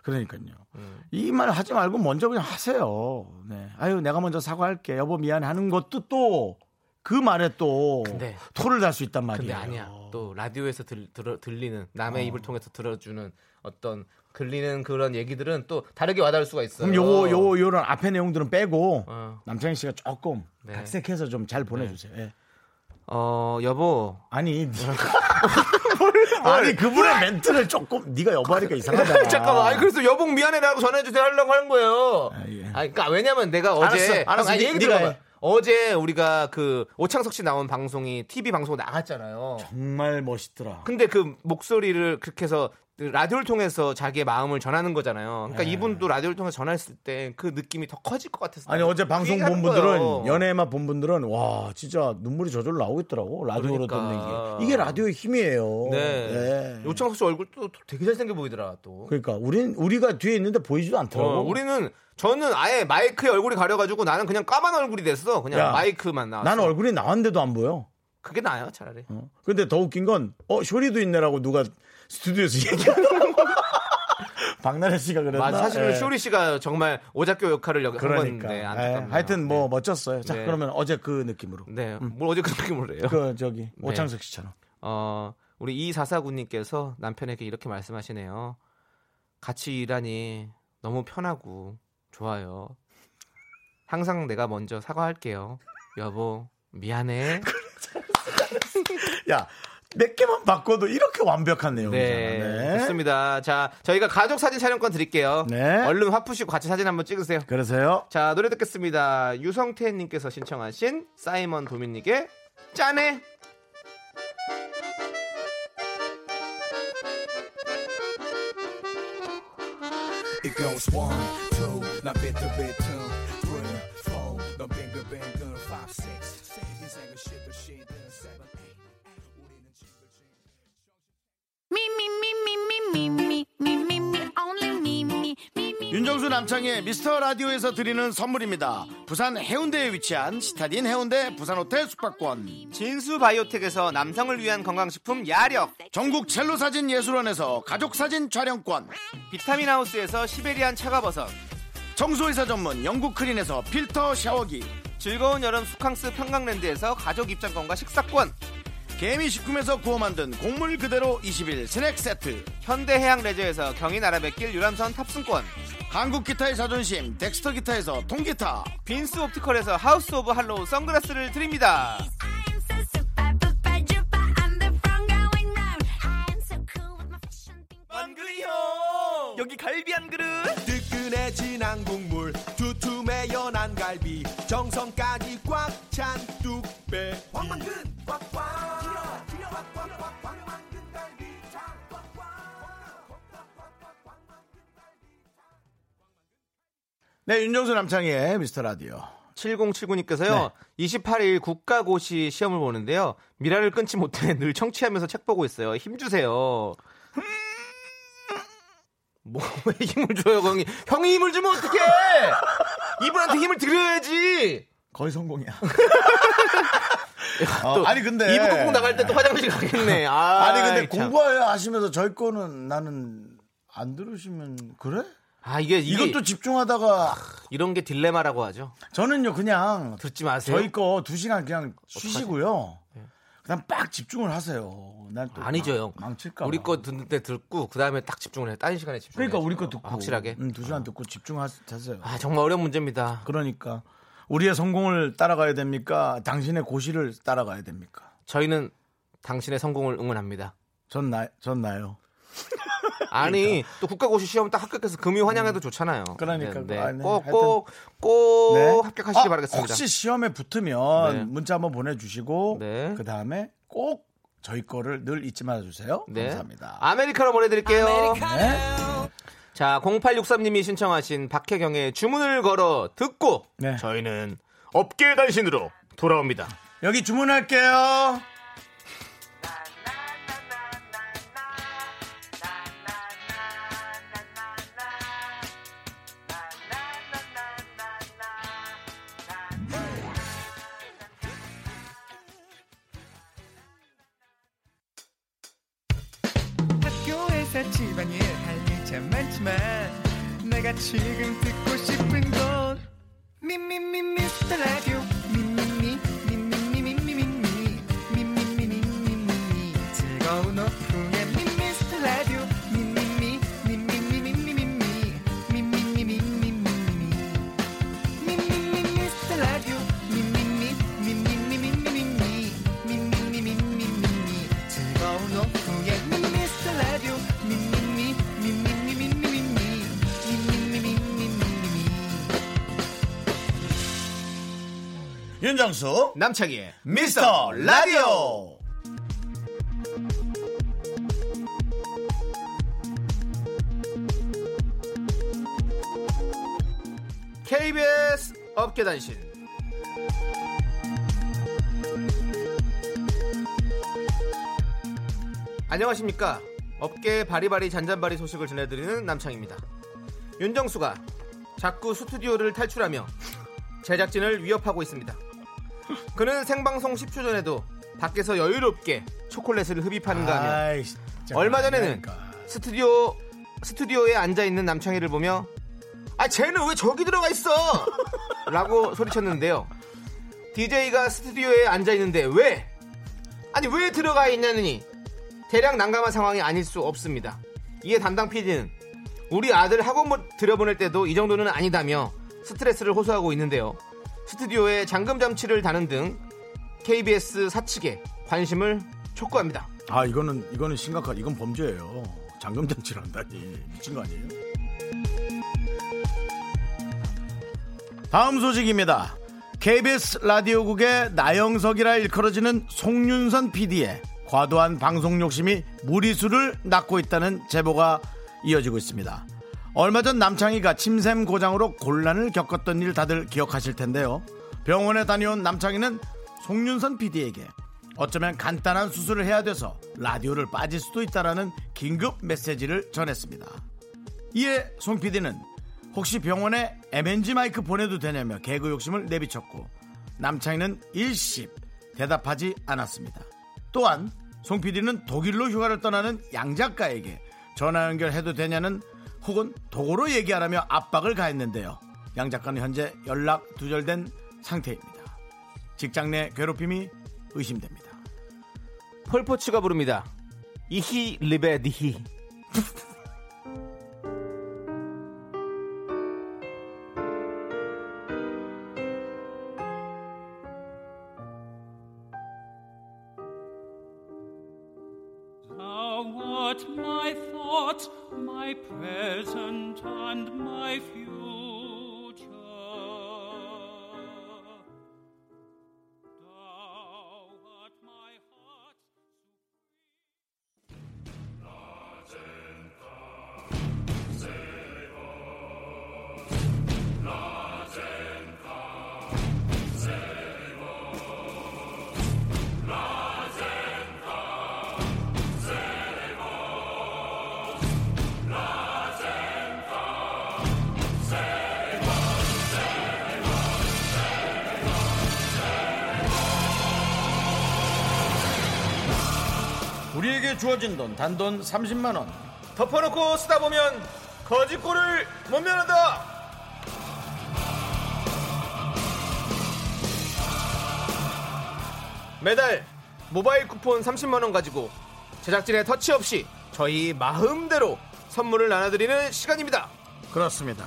그러니까요.
음.
이 말 하지 말고 먼저 그냥 하세요. 네. 아유, 내가 먼저 사과할게. 여보 미안해 하는 것도 또 그 말에 또
근데-
토를 달 수 있단 말이에요. 어.
근데 아니야. 또 라디오에서 들, 리는 남의 입을 통해서 들어주는 어떤 들리는 그런 얘기들은 또 다르게 와닿을 수가 있어요.
그럼 요거 요거 요런 앞에 내용들은 빼고
어.
남창희 씨가 조금
네.
각색해서 좀 잘 보내주세요. 예.
어
<laughs>
여보.
아니 아니 그분의 멘트를 조금 네가 여보하니까 이상하다.
아, 그, 잠깐만. 아니 그래서 여보 미안해라고 전해주세요 하려고 하는 거예요.
아,
아,
예.
그러니까 왜냐면 내가 어제
알았어, 알았어.
아니,
네,
얘기
네가
들어봐.
해.
어제 우리가 그 오창석 씨 나온 방송이 TV 방송 나갔잖아요.
정말 멋있더라.
근데 그 목소리를 그렇게 해서 그 라디오를 통해서 자기의 마음을 전하는 거잖아요. 그러니까
네.
이분도 라디오를 통해서 전했을 때 그 느낌이 더 커질 것 같아서
아니 어제 방송
얘기하는
본
거예요.
분들은 연애만 본 분들은 와 진짜 눈물이 저절로 나오겠더라고 라디오로
그러니까.
듣는 게 이게 라디오의 힘이에요.
네.
예.
요창석 씨 얼굴 또 되게 잘생겨 보이더라 또.
그러니까 우린 우리가 뒤에 있는데 보이지도 않더라고.
어, 우리는 저는 아예 마이크에 얼굴이 가려가지고 나는 그냥 까만 얼굴이 됐어. 그냥
야,
마이크만 나왔어.
난 얼굴이 나왔는데도 안 보여.
그게 나아요 차라리.
어. 근데 더 웃긴 건, 어, 쇼리도 있네라고 누가 스튜디오에서 <laughs> 얘기하는 거. 박나래 씨가 그랬나?
맞아. 사실은
예.
쇼리 씨가 정말 오작교 역할을 여기 한
그러니까.
건데
예.
안타깝네요.
하여튼 뭐 멋졌어요. 자,
네.
그러면 어제 그 느낌으로.
네. 뭘 어제 그렇게 모래요.
그 저기
네.
오창석 씨처럼.
어, 우리 이사사구님께서 남편에게 이렇게 말씀하시네요. 같이 일하니 너무 편하고 좋아요. 항상 내가 먼저 사과할게요. 여보 미안해.
야, 몇 개만 바꿔도 이렇게 완벽한 내용이잖아.
네, 좋습니다. 자, 저희가 가족 사진 촬영권 드릴게요.
네.
얼른 화푸시고 같이 사진 한번 찍으세요.
그러세요.
자, 노래 듣겠습니다. 유성태님께서 신청하신 사이먼 도민님의 짠해.
It goes one, two, 나 비트비트, three, four, 넌 빙글빙글, five, six, 인생은 시들 시들, seven, eight, 우리는 징글징글.
Me, me, me, me, me, me, me, me, me, me, only me, me, me, me.
윤정수 남창의 미스터 라디오에서 드리는 선물입니다. 부산 해운대에 위치한 시타딘 해운대 부산 호텔 숙박권.
진수 바이오텍에서 남성을 위한 건강식품 야력.
전국 첼로 사진 예술원에서 가족 사진 촬영권.
비타민 하우스에서 시베리안 차가버섯.
청소회사 전문 영국 크린에서 필터 샤워기.
즐거운 여름 수캉스 평강랜드에서 가족 입장권과 식사권.
개미식품에서 구워 만든 곡물 그대로 20일 스낵 세트
현대해양 레저에서 경인아라뱃길 유람선 탑승권.
한국 기타의 자존심 덱스터 기타에서 통기타
빈스 옵티컬에서 하우스 오브 할로우 선글라스를 드립니다.
I am so super, super, duper. I'm the front going round. I am so cool with my fashion.
원근이요.
여기 갈비 한 그릇
뜨끈해진 한국물 두툼해 연한 갈비 정성까지 꽉 찬 뚝배 왕만근 꽉꽉 길어 길어 꽉꽉꽉 왕만근 갈비탕
네, 윤정수 남창희의 미스터 라디오.
7079님께서요. 28일 국가고시 시험을 보는데요. 미라를 끊지 못해 늘 청취하면서 책 보고 있어요. <laughs> 힘주세요. 뭐왜 힘을 줘요, 형이? 형이 힘을 주면 어떡해! 이분한테 힘을 드려야지!
거의 성공이야.
야,
어, 아니, 근데-
이부 꼭 나갈 때 또 화장실
<laughs>
가겠네. 아,
아니, 근데
참.
공부하시면서 저희 거는 나는 안 들으시면 그래?
아, 이게, 이게
이것도 집중하다가
이런 게 딜레마라고 하죠.
저는요 그냥
듣지 마세요. 네.
저희 거 두 시간 그냥 쉬시고요. 그다음 빡 집중을 하세요. 난또
아니죠, 형.
망칠까.
우리 거 듣는 때 듣고 그다음에 딱 집중을 해. 다른 시간에 집중.
그러니까 우리 거 듣고
확실하게. 어.
음, 두 시간 듣고 집중하세요.
아, 정말 어려운 문제입니다.
그러니까 우리의 성공을 따라가야 됩니까? 당신의 고시를 따라가야 됩니까?
저희는 당신의 성공을 응원합니다.
전 나, 전 나요.
아니 또 국가고시 시험 딱 합격해서 금이 환영해도 좋잖아요.
음. 그러니까,
네,
아,
네.
네,
꼭,
하여튼.
꼭, 꼭
네.
합격하시기
아,
바라겠습니다.
혹시 시험에 붙으면
네.
문자 한번 보내주시고
네.
그 다음에 꼭 저희 거를 늘 잊지 말아주세요.
네.
감사합니다.
아메리카노 보내드릴게요.
네.
자, 0863님이 신청하신 박혜경의 주문을 걸어 듣고
네.
저희는 업계의 단신으로 돌아옵니다.
여기 주문할게요.
학교에서 집안일 할 일 참 많지만 내가 지금 듣고 싶은 건 미미미 미스터 라디오 미미미 미미미 미미미 미미미 미미미 미미미 즐거운 오후에 미스터 라디오 미미미 미미미 미미미 미미미 미미미
윤정수
남창희의
미스터 라디오
KBS 업계 단신. 안녕하십니까. 업계 바리바리 잔잔바리 소식을 전해드리는 남창입니다. 윤정수가 자꾸 스튜디오를 탈출하며 제작진을 위협하고 있습니다. 그는 생방송 10초 전에도 밖에서 여유롭게 초콜릿을 흡입하는가 하며
아이, 진짜.
얼마 전에는
그러니까.
스튜디오 스튜디오에 앉아 있는 남창희를 보며 아 쟤는 왜 저기 들어가 있어? <laughs> 라고 소리쳤는데요. DJ가 스튜디오에 앉아 있는데 왜? 아니 왜 들어가 있냐느니 대략 난감한 상황이 아닐 수 없습니다. 이에 담당 PD는 우리 아들 학원 보- 들여보낼 때도 이 정도는 아니다며 스트레스를 호소하고 있는데요. 스튜디오에 잠금 장치를 다는 등 KBS 사측에 관심을 촉구합니다.
아 이거는 이거는 심각한 이건 범죄예요. 잠금 장치를 한다니 미친 거 아니에요? 다음 소식입니다. KBS 라디오국의 나영석이라 일컬어지는 송윤선 PD의 과도한 방송 욕심이 무리수를 낳고 있다는 제보가 이어지고 있습니다. 얼마 전 남창희가 침샘 고장으로 곤란을 겪었던 일 다들 기억하실 텐데요. 병원에 다녀온 남창희는 송윤선 PD에게 어쩌면 간단한 수술을 해야 돼서 라디오를 빠질 수도 있다라는 긴급 메시지를 전했습니다. 이에 송 PD는 혹시 병원에 MNG 마이크 보내도 되냐며 개그 욕심을 내비쳤고 남창희는 일십 대답하지 않았습니다. 또한 송 PD는 독일로 휴가를 떠나는 양 작가에게 전화 연결해도 되냐는 혹은 독어로 얘기하라며 압박을 가했는데요. 양 작가는 현재 연락 두절된 상태입니다. 직장 내 괴롭힘이 의심됩니다.
폴포츠가 부릅니다. 이히 리베디히.
Thou art my thought. thoughts, my present and my future. Thou art my heart's
우리에게 주어진 돈 단돈 30만 원.
덮어놓고 쓰다 보면 거짓골을 못 면한다. 매달 모바일 쿠폰 30만 원 가지고 제작진의 터치 없이 저희 마음대로 선물을 나눠드리는 시간입니다.
그렇습니다.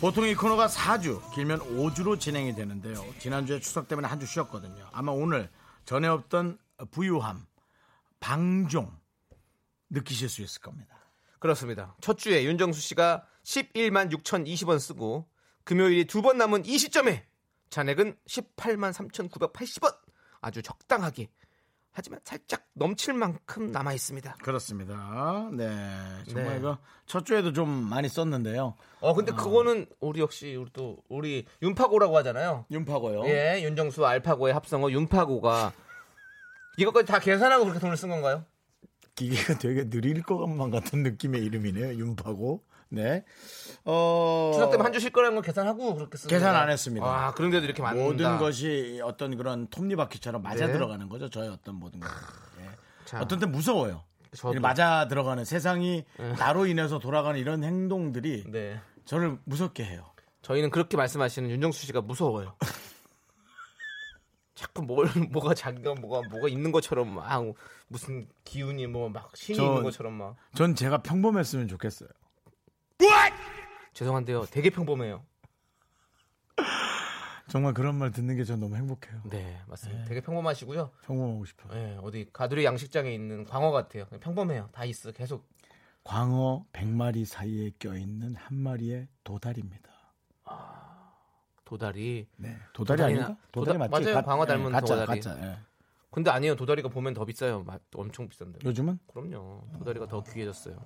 보통 이 코너가 4주, 길면 5주로 진행이 되는데요. 지난주에 추석 때문에 한 주 쉬었거든요. 아마 오늘 전에 없던 부유함, 방종 느끼실 수 있을 겁니다.
그렇습니다. 첫 주에 윤정수 씨가 11만 6,020원 쓰고 금요일이 두 번 남은 이 시점에 잔액은 18만 3,980원. 아주 적당하게 하지만 살짝 넘칠 만큼 남아 있습니다.
그렇습니다. 네. 정말
네.
이거 첫 주에도 좀 많이 썼는데요.
어 근데 그거는 우리 역시 우리 또 우리 윤파고라고 하잖아요.
윤파고요.
예, 윤정수 알파고의 합성어 윤파고가 이것까지 다 계산하고 그렇게 돈을 쓴 건가요?
기계가 되게 느릴 것만 같은 느낌의 이름이네요. 윤파고. 네. 어.
추석 때문에 한주 쉴 거라는 걸 계산하고 그렇게 쓴
계산
거예요?
안 했습니다.
아, 그런데도 이렇게 많다.
모든 것이 어떤 그런 톱니바퀴처럼 맞아
네.
들어가는 거죠. 저의 어떤 모든 것. 예.
자,
어떤 때 무서워요.
저도.
맞아 들어가는 세상이 나로 인해서 돌아가는 이런 행동들이
네.
저를 무섭게 해요.
저희는 그렇게 말씀하시는 윤정수 씨가 <laughs> 무서워요. 자꾸 뭘 뭐가 자기가 뭐가 뭐가 있는 것처럼 막 하고 무슨 기운이 뭐 막 신이
저-
있는 것처럼 막
전 제가 평범했으면 좋겠어요.
죄송한데요. 되게 평범해요.
정말 그런 말 듣는 게 전 너무 행복해요.
네, 맞습니다. 되게 평범하시고요.
평범하고 싶어요.
예, 어디 가두리 양식장에 있는 광어 같아요. 그냥 평범해요. 다 있어. 계속
광어 100마리 사이에 껴있는 한 마리의 도다리입니다.
도다리.
네. 도다리
도다리나-
아닌가? 도다리
도다-
맞지?
맞아요. 광어 닮은
예, 가짜,
도다리.
가짜. 예.
근데 아니에요. 도다리가 보면 더 비싸요. 마- 엄청 비싼데.
요즘은
그럼요. 도다리가 더 귀해졌어요.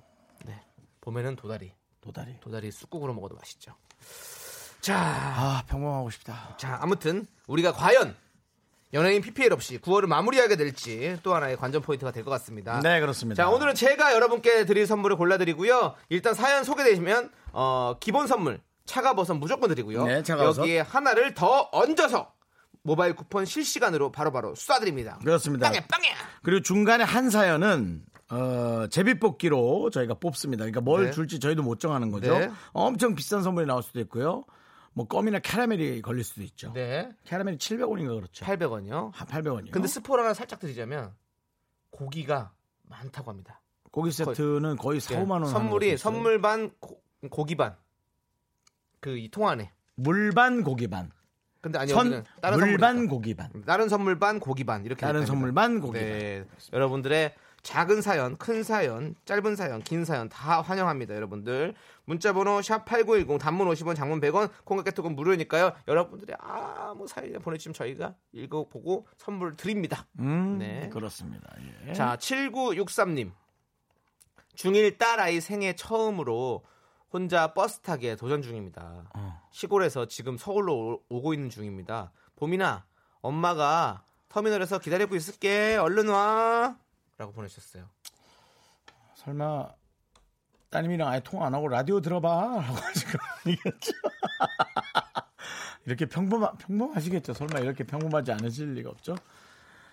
네. 봄에는 도다리.
도다리.
도다리 쑥국으로 먹어도 맛있죠. 자,
아 평범하고 싶다.
자, 아무튼 우리가 과연 연예인 PPL 없이 9월을 마무리하게 될지 또 하나의 관전 포인트가 될 것 같습니다.
네 그렇습니다.
자, 오늘은 제가 여러분께 드릴 선물을 골라드리고요. 일단 사연 소개되시면 어, 기본 선물 차가버섯 무조건 드리고요.
네, 차가버섯.
여기에 하나를 더 얹어서 모바일 쿠폰 실시간으로 바로바로 쏴드립니다.
그렇습니다.
빵야 빵야.
그리고 중간에 한 사연은 어, 제비뽑기로 저희가 뽑습니다. 그러니까 뭘
네.
줄지 저희도 못 정하는 거죠.
네.
엄청 비싼 선물이 나올 수도 있고요. 뭐 껌이나 캐러멜이 걸릴 수도 있죠.
네,
캐러멜이 700원인가 그렇죠.
800원요.
한 800원이요.
근데 스포를 하나 살짝 드리자면 고기가 많다고 합니다.
고기 세트는 거의 4, 5만 원
네. 선물이 선물 반 고, 고기 반. 그 이 통 안에.
물반 고기 반.
근데 아니
선
여기는 다른
물반
선물이니까.
고기 반.
다른 선물 반 고기 반 이렇게
다른
됩니다.
선물 반 고기
네. 여러분들의 작은 사연, 큰 사연, 짧은 사연, 긴 사연 다 환영합니다, 여러분들. 문자 번호 샵8910 단문 50원, 장문 100원, 콩깍개톡은 무료니까요. 여러분들의 아무 사연이나 보내 주시면 저희가 읽어 보고 선물 드립니다.
음,
네.
그렇습니다. 예.
자, 7963님. 중1 딸아이 생애 처음으로 혼자 버스 타기에 도전 중입니다. 시골에서 지금 서울로 오- 오고 있는 중입니다. 보민아, 엄마가 터미널에서 기다리고 있을게. 얼른 와. 라고 보내주셨어요.
설마 따님이랑 아예 통화 안 하고 라디오 들어봐 라고 하시고 이겼죠 <laughs> 이렇게 평범하, 평범하시겠죠 설마 이렇게 평범하지 않으실 리가 없죠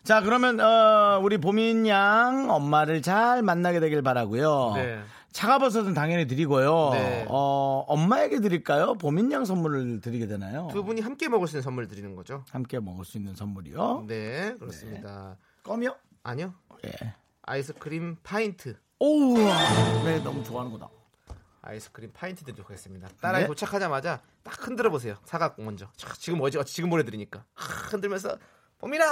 자 그러면 어, 우리 보민 양 엄마를 잘 만나게 되길 바라고요
네.
차가버섯은 당연히 드리고요
네.
어, 엄마에게 드릴까요 보민 양 선물을 드리게 되나요
두 분이 함께 먹을 수 있는 선물 드리는 거죠?
함께 먹을 수 있는 선물이요
네, 그렇습니다.
껌이요
아니요.
예
아이스크림 파인트.
오우와 네 너무 좋아하는 거다
아이스크림 파인트 드리도록 하겠습니다. 딸아이
네.
도착하자마자 딱 흔들어 보세요. 사갖고 먼저. 촥, 지금 어제 어제 지금 보내드리니까 하, 흔들면서 봄이라.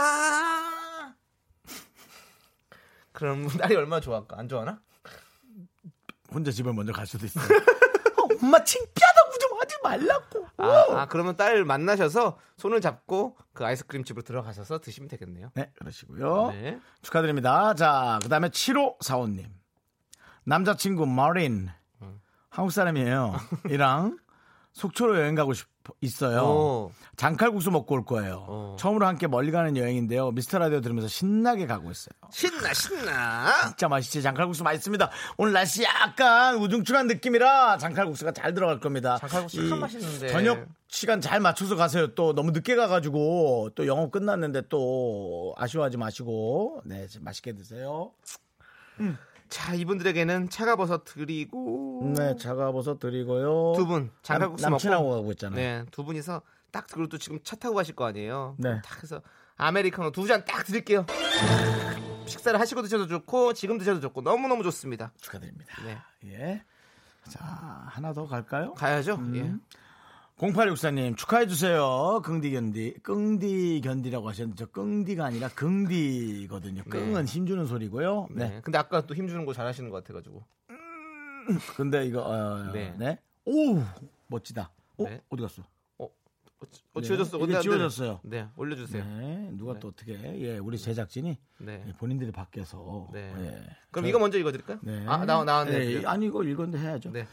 <laughs> 그럼 딸이 얼마나 좋아할까? 안 좋아하나?
혼자 집에 먼저 갈 수도 <laughs> 있어요. 어, 엄마 창피하다고 좀 하지 말라고.
아, 아, 그러면 딸 만나셔서 손을 잡고 그 아이스크림 집으로 들어가셔서 드시면 되겠네요.
네, 그러시고요.
네.
축하드립니다. 자, 그 다음에 7545님. 남자친구 마린. 한국 <laughs> 사람이에요. 이랑 속초로 여행 가고 싶, 있어요.
어.
장칼국수 먹고 올 거예요.
어.
처음으로 함께 멀리 가는 여행인데요. 미스터 라디오 들으면서 신나게 가고 있어요.
신나 신나.
진짜 맛있지? 장칼국수 맛있습니다. 오늘 날씨 약간 우중충한 느낌이라 장칼국수가 잘 들어갈 겁니다.
장칼국수
이
참 맛있는데.
저녁 시간 잘 맞춰서 가세요. 또 너무 늦게 가가지고 또 영업 끝났는데 또 아쉬워하지 마시고 네 맛있게 드세요.
자 이분들에게는 차가버섯 드리고
네 차가버섯 드리고요.
두 분 장칼국수
남, 친하고
먹고.
가고 있잖아요.
네 두 분이서 딱 그리고 또 지금 차 타고 가실 거 아니에요.
네.
딱 해서 아메리카노 두 잔 딱 드릴게요. 식사를 하시고 드셔도 좋고 지금 드셔도 좋고 너무 너무 좋습니다.
축하드립니다.
네
예. 자 하나 더 갈까요?
가야죠. 예.
0864님 축하해주세요. 긍디 견디. 끙디 견디라고 하셨는데 저 끙디가 아니라 긍디거든요. 끙은 힘주는 소리고요.
네.
네.
근데 아까 또 힘주는 거 잘하시는 것 같아가지고.
근데 이거 어,
네.
네. 오 멋지다. 어,
네.
어디 갔어?
어, 어, 지- 어 지워졌어.
이게
근데 안 되네.
지워졌어요.
네, 올려주세요. 네.
네. 누가 또 어떻게? 예, 우리 제작진이 예, 본인들이 바뀌어서. 예.
그럼 이거 먼저 읽어드릴까요?
네.
네. 아, 나, 나왔네.
예, 아니 이거 읽었는데 해야죠.
네.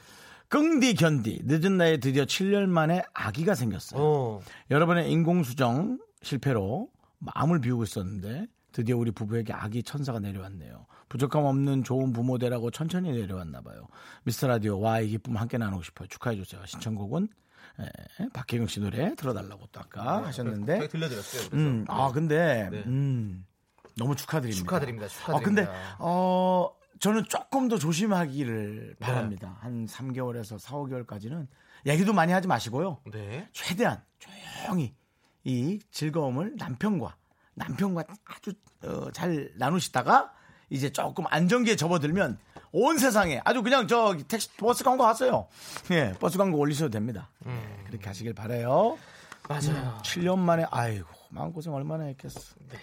끙디 견디 늦은 나이에 드디어 7년 만에 아기가 생겼어요.
어,
여러분의 인공수정 실패로 마음을 비우고 있었는데 드디어 우리 부부에게 아기 천사가 내려왔네요. 부족함 없는 좋은 부모 되라고 천천히 내려왔나 봐요. 미스터 라디오 와 이 기쁨 함께 나누고 싶어요. 축하해 주세요. 신청곡은 에, 박혜경 씨 노래 들어달라고 또 아까 하셨는데
저희 들려드렸어요. 네, 그래서.
음, 아 근데
네.
음, 너무 축하드립니다.
축하드립니다.
아 근데
축하드립니다.
어 저는 조금 더 조심하기를
네.
바랍니다. 한 3개월에서 4, 5개월까지는 얘기도 많이 하지 마시고요.
네.
최대한 조용히 이 즐거움을 남편과 남편과 아주 어, 잘 나누시다가 이제 조금 안정기에 접어들면 온 세상에 아주 그냥 저 택시 버스 광고 하세요. 예, 버스 광고 올리셔도 됩니다. 예, 그렇게 하시길 바래요.
맞아요.
7년 만에 아이고 마음 고생 얼마나 했겠어.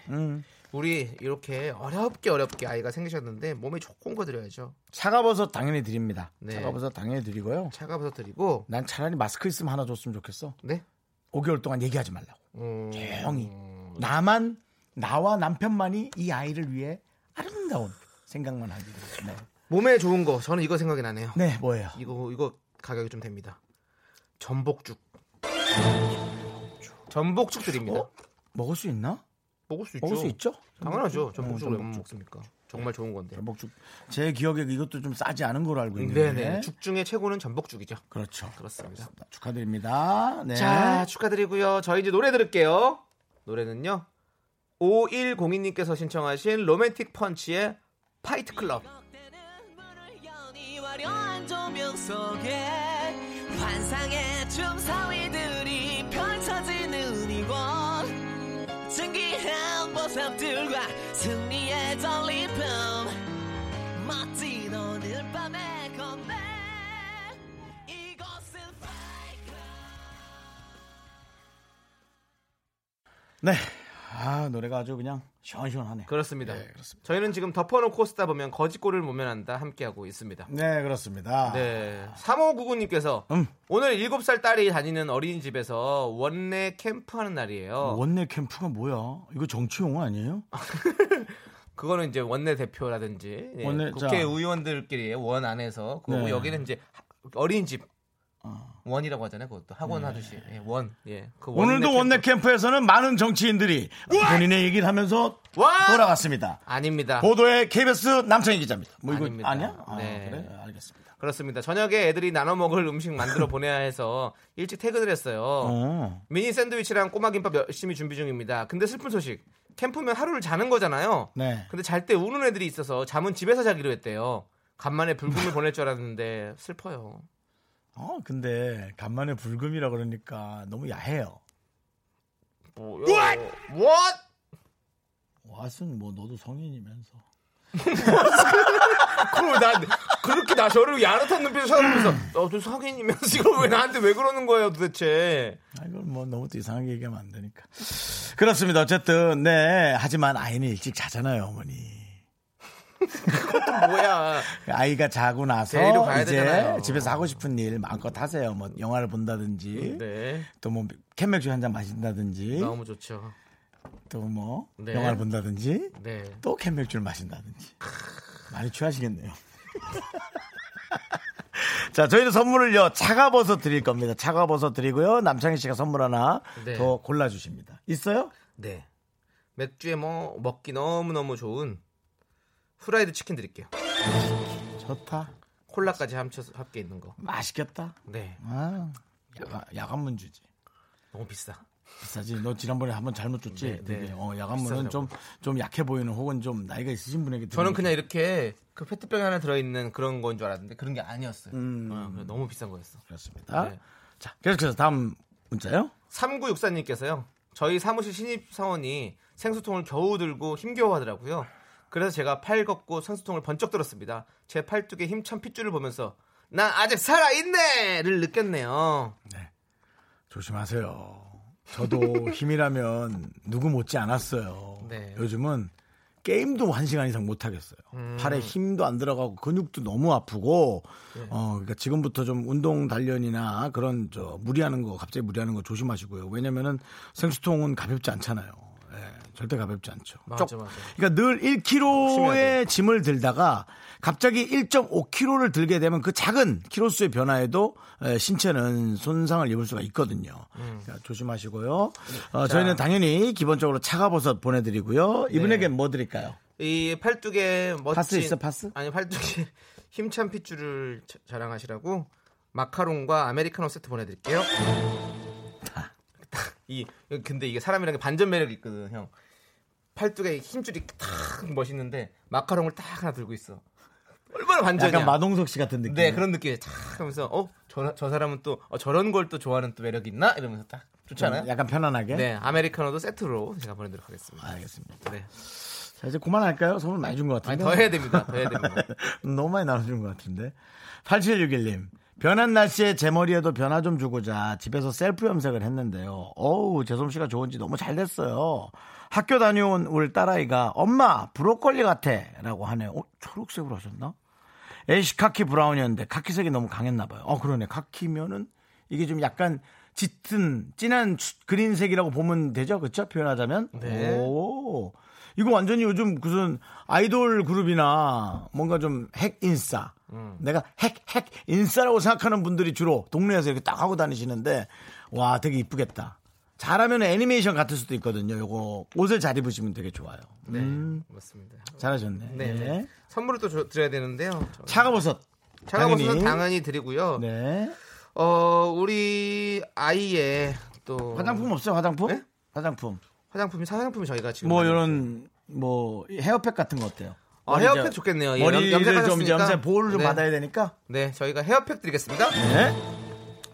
음,
우리 이렇게 어렵게 어렵게 아이가 생기셨는데 몸에 조금 거 드려야죠.
차가버섯 당연히 드립니다.
네.
차가버섯 당연히 드리고요.
차가워서 드리고.
난 차라리 마스크 있으면 하나 줬으면 좋겠어.
네.
5개월 동안 얘기하지 말라고.
음,
조용히 나만 나와 남편만이 이 아이를 위해 아름다운 생각만 하기 네.
몸에 좋은 거. 저는 이거 생각이 나네요.
네 뭐예요
이거 이거 가격이 좀 됩니다. 전복죽. 전복죽 드립니다.
어? 먹을 수 있나
먹을 수 있죠.
먹을 수 있죠 어,
당연하죠. 전복죽을 왜
전복죽.
못 먹습니까? 정말 좋은 건데.
전복죽 제 기억에 이것도 좀 싸지 않은 걸로 알고 있는데
네네. 죽 중에 최고는 전복죽이죠.
그렇죠
그렇습니다.
축하드립니다 네.
자, 축하드리고요. 저희 이제 노래 들을게요. 노래는요. 5102님께서 신청하신 로맨틱 펀치의 파이트 클럽.
화려한 조명 속에 환상의 춤사위들이 펼쳐지는 이곳 증기한 보석들과 승리의 전리품 멋진 오늘 밤의 건배 이곳은
네. 아 노래가 아주 그냥 시원시원하네
그렇습니다.
네, 그렇습니다.
저희는 지금 덮어놓고 쓰다 보면 거짓골을 모면한다 함께하고 있습니다.
네 그렇습니다
네. 3599님께서
음.
오늘 7살 딸이 다니는 어린이집에서 원내 캠프하는 날이에요.
원내 캠프가 뭐야 이거 정치 용어 아니에요
그거는 이제 원내 대표라든지 예,
원내- 자.
국회의원들끼리 원 안에서 그리고
네.
여기는 이제 하- 어린이집 원이라고 하잖아요. 그것도 학원 하듯이 예, 원. 예. 그
네. 오늘도 원내
캠프-
캠프에서는 많은 정치인들이 본인의 얘기를 하면서
와!
돌아갔습니다
아닙니다.
보도의 KBS 남창희 기자입니다. 뭐 이거
아닙니다.
아니야
네.
그래? 알겠습니다.
그렇습니다. 저녁에 애들이 나눠 먹을 음식 만들어 보내야 해서 <laughs> 일찍 퇴근을 했어요.
어.
미니 샌드위치랑 꼬마 김밥 열심히 준비 중입니다. 근데 슬픈 소식. 캠프면 하루를 자는 거잖아요.
네.
근데 잘 때 우는 애들이 있어서 잠은 집에서 자기로 했대요. 간만에 <laughs> 불금을 보낼 줄 알았는데 슬퍼요.
어, 근데 간만에 불금이라 그러니까 너무 야해요.
뭐요? What?
왓은 뭐 너도 성인이면서.
그럼 나 그렇게 나 저를 야릇한 눈빛으로 <laughs> 쳐다보면서 너도 성인이면서 이걸 왜 나한테 왜 그러는 거예요 도대체?
아, 이걸 뭐 너무 또 이상하게 얘기하면 안 되니까. 그렇습니다. 어쨌든 네. 하지만 아이는 일찍 자잖아요, 어머니.
뭐야.
아이가 자고 나서
데리러 가야
이제
되잖아요.
집에서 하고 싶은 일 마음껏 하세요. 뭐 영화를 본다든지
네.
또 뭐 캔맥주 한 잔 마신다든지
너무 좋죠.
또 뭐
네.
영화를 본다든지
네.
또 캔맥주를 마신다든지 많이 취하시겠네요. <laughs> 자, 저희는 선물을요 차가버섯 드릴 겁니다. 차가버섯 드리고요 남창희 씨가 선물 하나
네.
더 골라 주십니다. 있어요?
네. 맥주에 뭐 먹기 너무너무 좋은 후라이드 치킨 드릴게요.
좋다.
콜라까지 함쳐서 함께 있는 거.
맛있겠다.
네.
아, 야간, 야간문 주지.
너무 비싸.
비싸지. 너 지난번에 한번 잘못 줬지.
네, 네.
되게. 어, 야간문은 좀 좀 약해 보이는 혹은 좀 나이가 있으신 분에게 드리는
저는 그냥 이렇게 그 페트병 하나 들어 있는 그런 건 줄 알았는데 그런 게 아니었어요. 어, 그래서 너무 비싼 거였어.
그렇습니다.
네.
자, 계속해서 다음 문자요.
3964님께서요. 저희 사무실 신입 사원이 생수통을 겨우 들고 힘겨워하더라고요. 그래서 제가 팔 걷고 생수통을 번쩍 들었습니다. 제 팔뚝에 힘찬 핏줄을 보면서 난 아직 살아 있네를 느꼈네요.
조심하세요.
<laughs>
저도 힘이라면 누구 못지 않았어요.
네.
요즘은 게임도 한 시간 이상 못 하겠어요.
음.
팔에 힘도 안 들어가고 근육도 너무 아프고,
예.
어, 그러니까 지금부터 좀 운동 단련이나 그런 저 무리하는 거 갑자기 무리하는 거 조심하시고요. 왜냐면은 생수통은 가볍지 않잖아요. 예, 절대 가볍지 않죠.
맞아,
쪽-
맞아.
그러니까 늘 1kg의 짐을 들다가 갑자기 1.5kg를 들게 되면 그 작은 키로수의 변화에도 에, 신체는 손상을 입을 수가 있거든요.
음.
그러니까 조심하시고요.
네.
어, 저희는 당연히 기본적으로 차가버섯 보내드리고요. 이분에게
네.
뭐 드릴까요?
이 팔뚝에 멋진
파스 있어, 파스?
아니 팔뚝에 <laughs> 힘찬 핏줄을 자- 자랑하시라고 마카롱과 아메리카노 세트 보내드릴게요.
아.
딱 <laughs> 이 근데 이게 사람이라는 게 반전 매력이 있거든 형. 팔뚝에 힘줄이 탁 멋있는데 마카롱을 딱 하나 들고 있어. 얼마나 반전이야.
약간 마동석 씨 같은 느낌.
네 그런 느낌이 탁 하면서 어저 저 사람은 또 어, 저런 걸 또 좋아하는 또 매력이 있나 이러면서 딱 좋지 않아요?
약간 편안하게. 아,
네 아메리카노도 세트로 제가 보내드리도록 하겠습니다.
알겠습니다.
네.
자, 이제 그만할까요? 선물 많이 준 것
아니
같은데.
더 해야 됩니다. 더 해야 됩니다.
<laughs> 너무 많이 나눠준 것 같은데. 8761님. 변한 날씨에 제 머리에도 변화 좀 주고자 집에서 셀프 염색을 했는데요. 어우, 제 솜씨가 좋은지 너무 잘 됐어요. 학교 다녀온 우리 딸아이가 엄마, 브로콜리 같아. 라고 하네요. 어, 초록색으로 하셨나? 애쉬 카키 브라운이었는데 카키색이 너무 강했나봐요. 어, 그러네. 카키면은 이게 좀 약간 짙은, 진한 추- 그린색이라고 보면 되죠. 그쵸? 표현하자면.
네.
오. 이거 완전히 요즘 무슨 아이돌 그룹이나 뭔가 좀 핵 인싸.
음.
내가 핵, 핵 인싸라고 생각하는 분들이 주로 동네에서 이렇게 딱 하고 다니시는데 와, 되게 이쁘겠다. 잘하면 애니메이션 같을 수도 있거든요. 요거 옷을 잘 입으시면 되게 좋아요. 음,
네, 맞습니다.
잘하셨네.
네, 네.
네.
선물을 또 줘- 드려야 되는데요.
차가버섯.
차가버섯은
당연히.
당연히 드리고요.
네.
어, 우리 아이의 또
화장품 없어요? 화장품?
네?
화장품.
화장품이 화장품이 저희가 지금
뭐
많이-
이런 뭐 헤어팩 같은 거 어때요?
어,
머리 이제
헤어팩 좋겠네요. 예, 염-
머리를 좀
염색하셨으니까.
염색 보호를 좀
네.
받아야 되니까.
네, 저희가 헤어팩 드리겠습니다.
네.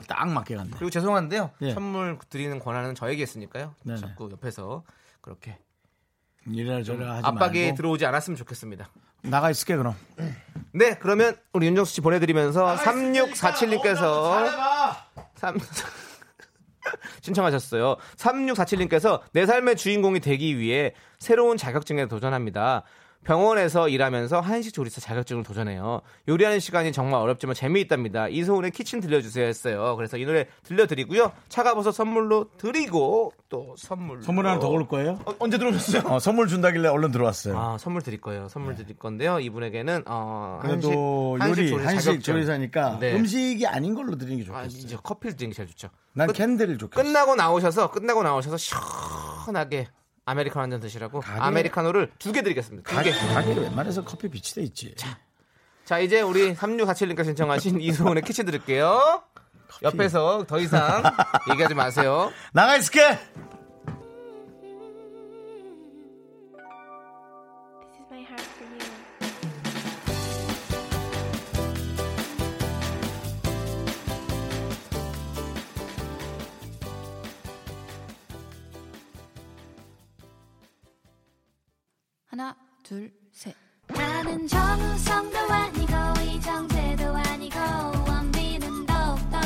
딱 맞게 갔네.
그리고 죄송한데요.
예.
선물 드리는 권한은 저에게 있으니까요.
네네.
자꾸 옆에서 그렇게
이래라 저래라 하지
압박이
말고
들어오지 않았으면 좋겠습니다.
나가 있을게 그럼.
네, 그러면 우리 윤정수 씨 보내드리면서 3647님께서 3 <laughs> 신청하셨어요. 3647님께서 내 삶의 주인공이 되기 위해 새로운 자격증에 도전합니다. 병원에서 일하면서 한식 조리사 자격증을 도전해요. 요리하는 시간이 정말 어렵지만 재미있답니다. 이소은의 키친 들려주세요 했어요. 그래서 이 노래 들려드리고요. 차가버섯 선물로 드리고 또 선물로
선물 하나 더 올 거예요?
어, 언제 들어오셨어요?
어, 선물 준다길래 얼른 들어왔어요.
아 선물 드릴 거예요. 선물 드릴 건데요. 이분에게는 어,
네. 그래도
한식,
요리
조리
한식
자격증.
조리사니까
네.
음식이 아닌 걸로 드리는 게
아,
좋겠어요.
이제 커피를 드는 게 제일 좋죠.
난
끝-
캔들을 좋겠어.
끝나고 나오셔서 끝나고 나오셔서 시원하게 아메리카노 한 잔 드시라고
가게-
아메리카노를 두 개 드리겠습니다. 두
가게
개.
가게를 웬만해서 커피 비치돼 있지.
자 이제 우리 3647님께서 신청하신 <laughs> 이소은의 키친 드릴게요. 옆에서
<laughs>
더 이상 얘기하지 마세요.
나가 있을게.
하나, 둘, 셋.
나는 정우성도 아니고 이정재도 아니고 원빈은 더욱더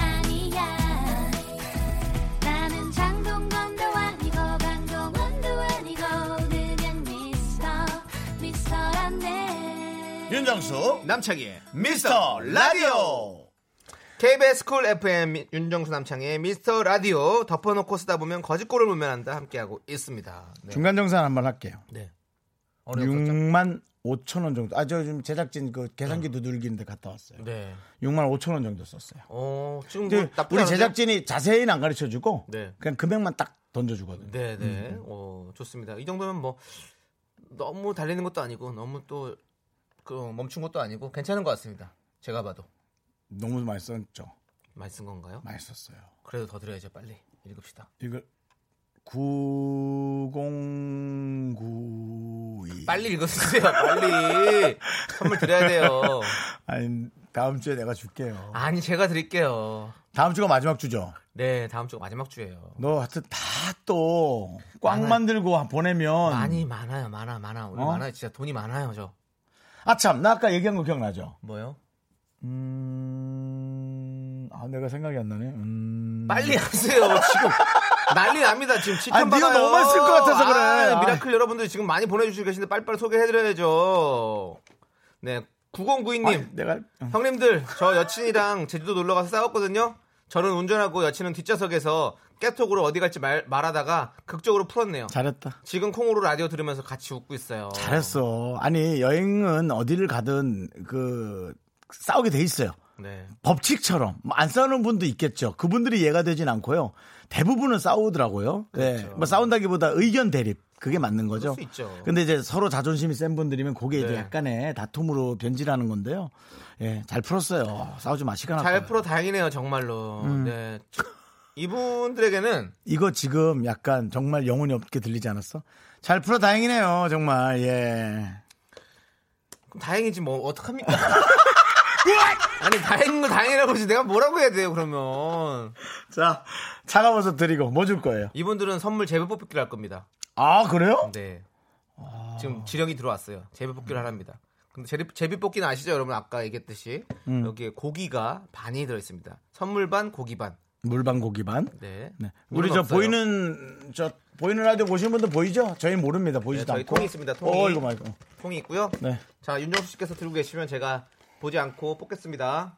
아니야 나는 장동건도 아니고 강동원도 아니고 그냥 미스터 미스터란데
윤정수
남창희의
미스터 라디오
KBS 쿨 FM 윤정수 남창의 미스터 라디오 덮어놓고 쓰다 보면 거짓골을 무면한다 함께하고 있습니다. 네.
중간 정산 한번 할게요.
네. 어느 정도?
6만 5천 원 정도. 아, 저 지금 제작진 그 계산기
어.
두들기는데 갔다 왔어요.
네.
6만 5천 원 정도 썼어요.
어 지금 뭐
근데
나쁘지
우리
않은데요?
제작진이 자세히는 안 가르쳐 주고
네.
그냥 금액만 딱 던져 주거든요.
네네. 어 좋습니다. 이 정도면 뭐 너무 달리는 것도 아니고 너무 또 그 멈춘 것도 아니고 괜찮은 것 같습니다. 제가 봐도
너무 많이 썼죠.
많이 쓴 건가요?
많이 썼어요.
그래도 더 들어야죠. 빨리 읽읍시다.
이걸 9092
빨리 읽어주세요. 빨리 선물 드려야 돼요.
아니 다음 주에 내가 줄게요.
<laughs> 아니 제가 드릴게요.
다음 주가 마지막 주죠.
네 다음 주가 마지막 주예요.
너 하여튼 다 또 꽝
많아요.
만들고 보내면
많이 많아요, 많아, 많아, 우리
어?
많아요. 진짜 돈이 많아요, 저.
아참 나 아까 얘기한 거 기억나죠?
뭐요?
음... 아 내가 생각이 안 나네. 음...
빨리 하세요, 지금. 난리 납니다, 지금.
아,
지탄
네가 너무 많이 쓸것 같아서 그래. 아.
미라클 여러분들 지금 많이 보내주시고 계신데 빨리빨리 소개해드려야죠. 네, 9092님.
아니, 내가 어, 응.
형님들, 저 여친이랑 제주도 놀러 가서 싸웠거든요. 저는 운전하고 여친은 뒷좌석에서 깨톡으로 어디 갈지 말, 말하다가 극적으로 풀었네요.
잘했다.
지금 콩으로 라디오 들으면서 같이 웃고 있어요.
잘했어. 아니 여행은 어디를 가든 그 싸우게 돼 있어요.
네.
법칙처럼 뭐안 싸우는 분도 있겠죠. 그분들이 이해가 되진 않고요. 대부분은 싸우더라고요. 예. 뭐 싸운다기보다 의견 대립 그게 맞는 거죠.
그렇죠. 그럴 수 있죠.
근데 이제 서로 자존심이 센 분들이면 그게 이제
네.
약간의 다툼으로 변질하는 건데요. 예, 잘 풀었어요. 싸우지 마시거나.
잘 풀어 다행이네요 정말로.
음.
네. 이분들에게는
이거 지금 약간 정말 영혼이 없게 들리지 않았어? 잘 풀어 다행이네요. 정말 예.
그럼 다행이지 뭐 어떡합니까? <laughs> 아니 다행인 거 다행이라고 지 내가 뭐라고 해야 돼요 그러면
자, 차가워서 드리고 뭐 줄 거예요?
이분들은 선물 재배 뽑기를 할 겁니다.
아 그래요?
네.
아.
지금 지령이 들어왔어요. 재배 뽑기를 하랍니다. 근데 재배, 재배 뽑기는 아시죠 여러분 아까 얘기했듯이
음.
여기에 고기가 반이 들어 있습니다. 선물 반 고기 반.
물방 고기 반.
네.
네. 우리 저
없어요.
보이는 저 보이는 라디오 보시는 분들 보이죠? 저희 모릅니다. 보이지도
네, 저희
않고.
통이 있습니다, 통이.
어, 이거 말고.
통이 있고요.
네.
자 윤정수 씨께서 들고 계시면 제가 보지 않고 뽑겠습니다.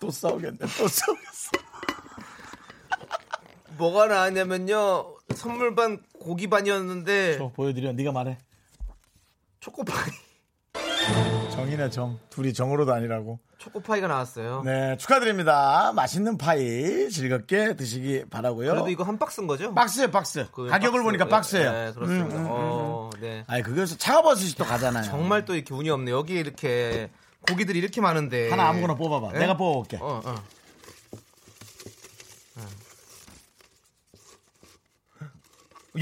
또 싸우겠네. 또 싸우겠어.
뭐가 나왔냐면요 선물 반 고기 반이었는데
저 보여드려. 네가 말해.
초코파이 <laughs>
정이네 정. 둘이 정으로도 아니라고.
초코파이가 나왔어요.
네 축하드립니다. 맛있는 파이 즐겁게 드시기 바라고요.
그래도 이거 한 박스인 거죠?
박스에 박스.
그
가격을
박스.
보니까 박스예요.
네, 그렇습니다.
음, 음, 음.
어, 네.
아니 그거에서 차가버섯이 또 가잖아요.
정말 또 이렇게 운이 없네. 여기 이렇게 고기들이 이렇게 많은데
하나 아무거나 뽑아봐.
네?
내가 뽑아볼게.
어, 어.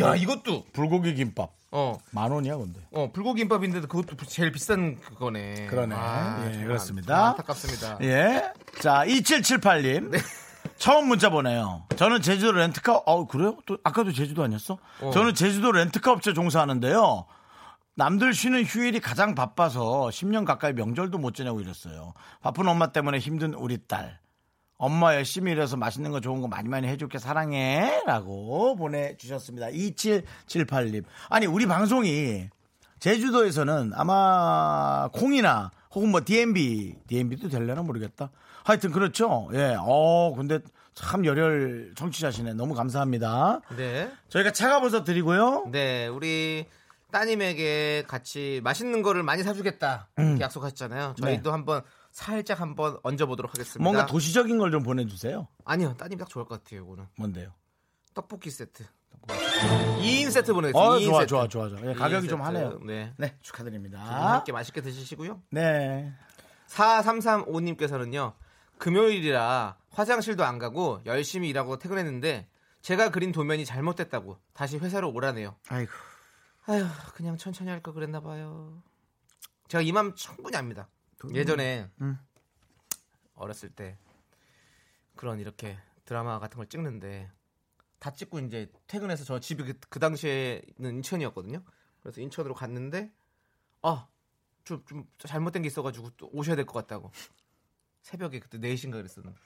야 이것도
불고기 김밥
네. 어,
만 원이야 근데.
어 불고기김밥인데도 그것도 제일 비싼 그거네. 아,
그러네. 예,
정말
그렇습니다.
안- 안타깝습니다.
예. 자, 2778님. 처음 문자 보내요. 저는 제주도 렌트카, 어, 그래요? 또, 아까도 제주도 아니었어? 저는 제주도 렌트카 업체 종사하는데요. 남들 쉬는 휴일이 가장 바빠서 10년 가까이 명절도 못 지내고 이랬어요. 바쁜 엄마 때문에 힘든 우리 딸. 엄마 열심히 일해서 맛있는 거 좋은 거 많이 많이 해줄게 사랑해 라고 보내주셨습니다 2778님 아니 우리 방송이 제주도에서는 아마 콩이나 혹은 뭐 DMB DMB도 될려나 모르겠다 하여튼 그렇죠 예어 근데 참 열혈 청취자시네 너무 감사합니다
네.
저희가 차가버섯 드리고요
네, 우리 따님에게 같이 맛있는 거를 많이 사주겠다
음.
이렇게 약속하셨잖아요. 저희도 한번 살짝 한번 얹어보도록 하겠습니다.
네. 뭔가 도시적인 걸 좀 보내주세요
아니요, 따님 딱 좋을 것 같아요. 이거는
뭔데요
떡볶이 세트. 2인 세트 보내겠습니다.
어
2인
좋아
그 세트.
좋아 좋아 좋아 예, 가격이
2인
좀
세트.
하네요
네.
네 축하드립니다
함께 맛있게 드시시고요.
네
4335님께서는요. 금요일이라 화장실도 안 가고 열심히 일하고 퇴근했는데 제가 그린 도면이 잘못됐다고 다시 회사로 오라네요.
아이고
아휴 그냥 천천히 할 걸 그랬나 봐요. 제가 이 맘 충분히 압니다. 예전에
음.
어렸을 때 그런 이렇게 드라마 같은 걸 찍는데 다 찍고 이제 퇴근해서 저 집이 그, 그 당시에는 인천이었거든요. 그래서 인천으로 아, 갔는데 아좀 좀 잘못된 게 있어가지고 또 오셔야 될 것 같다고 새벽에 그때 4시인가 그랬었는데.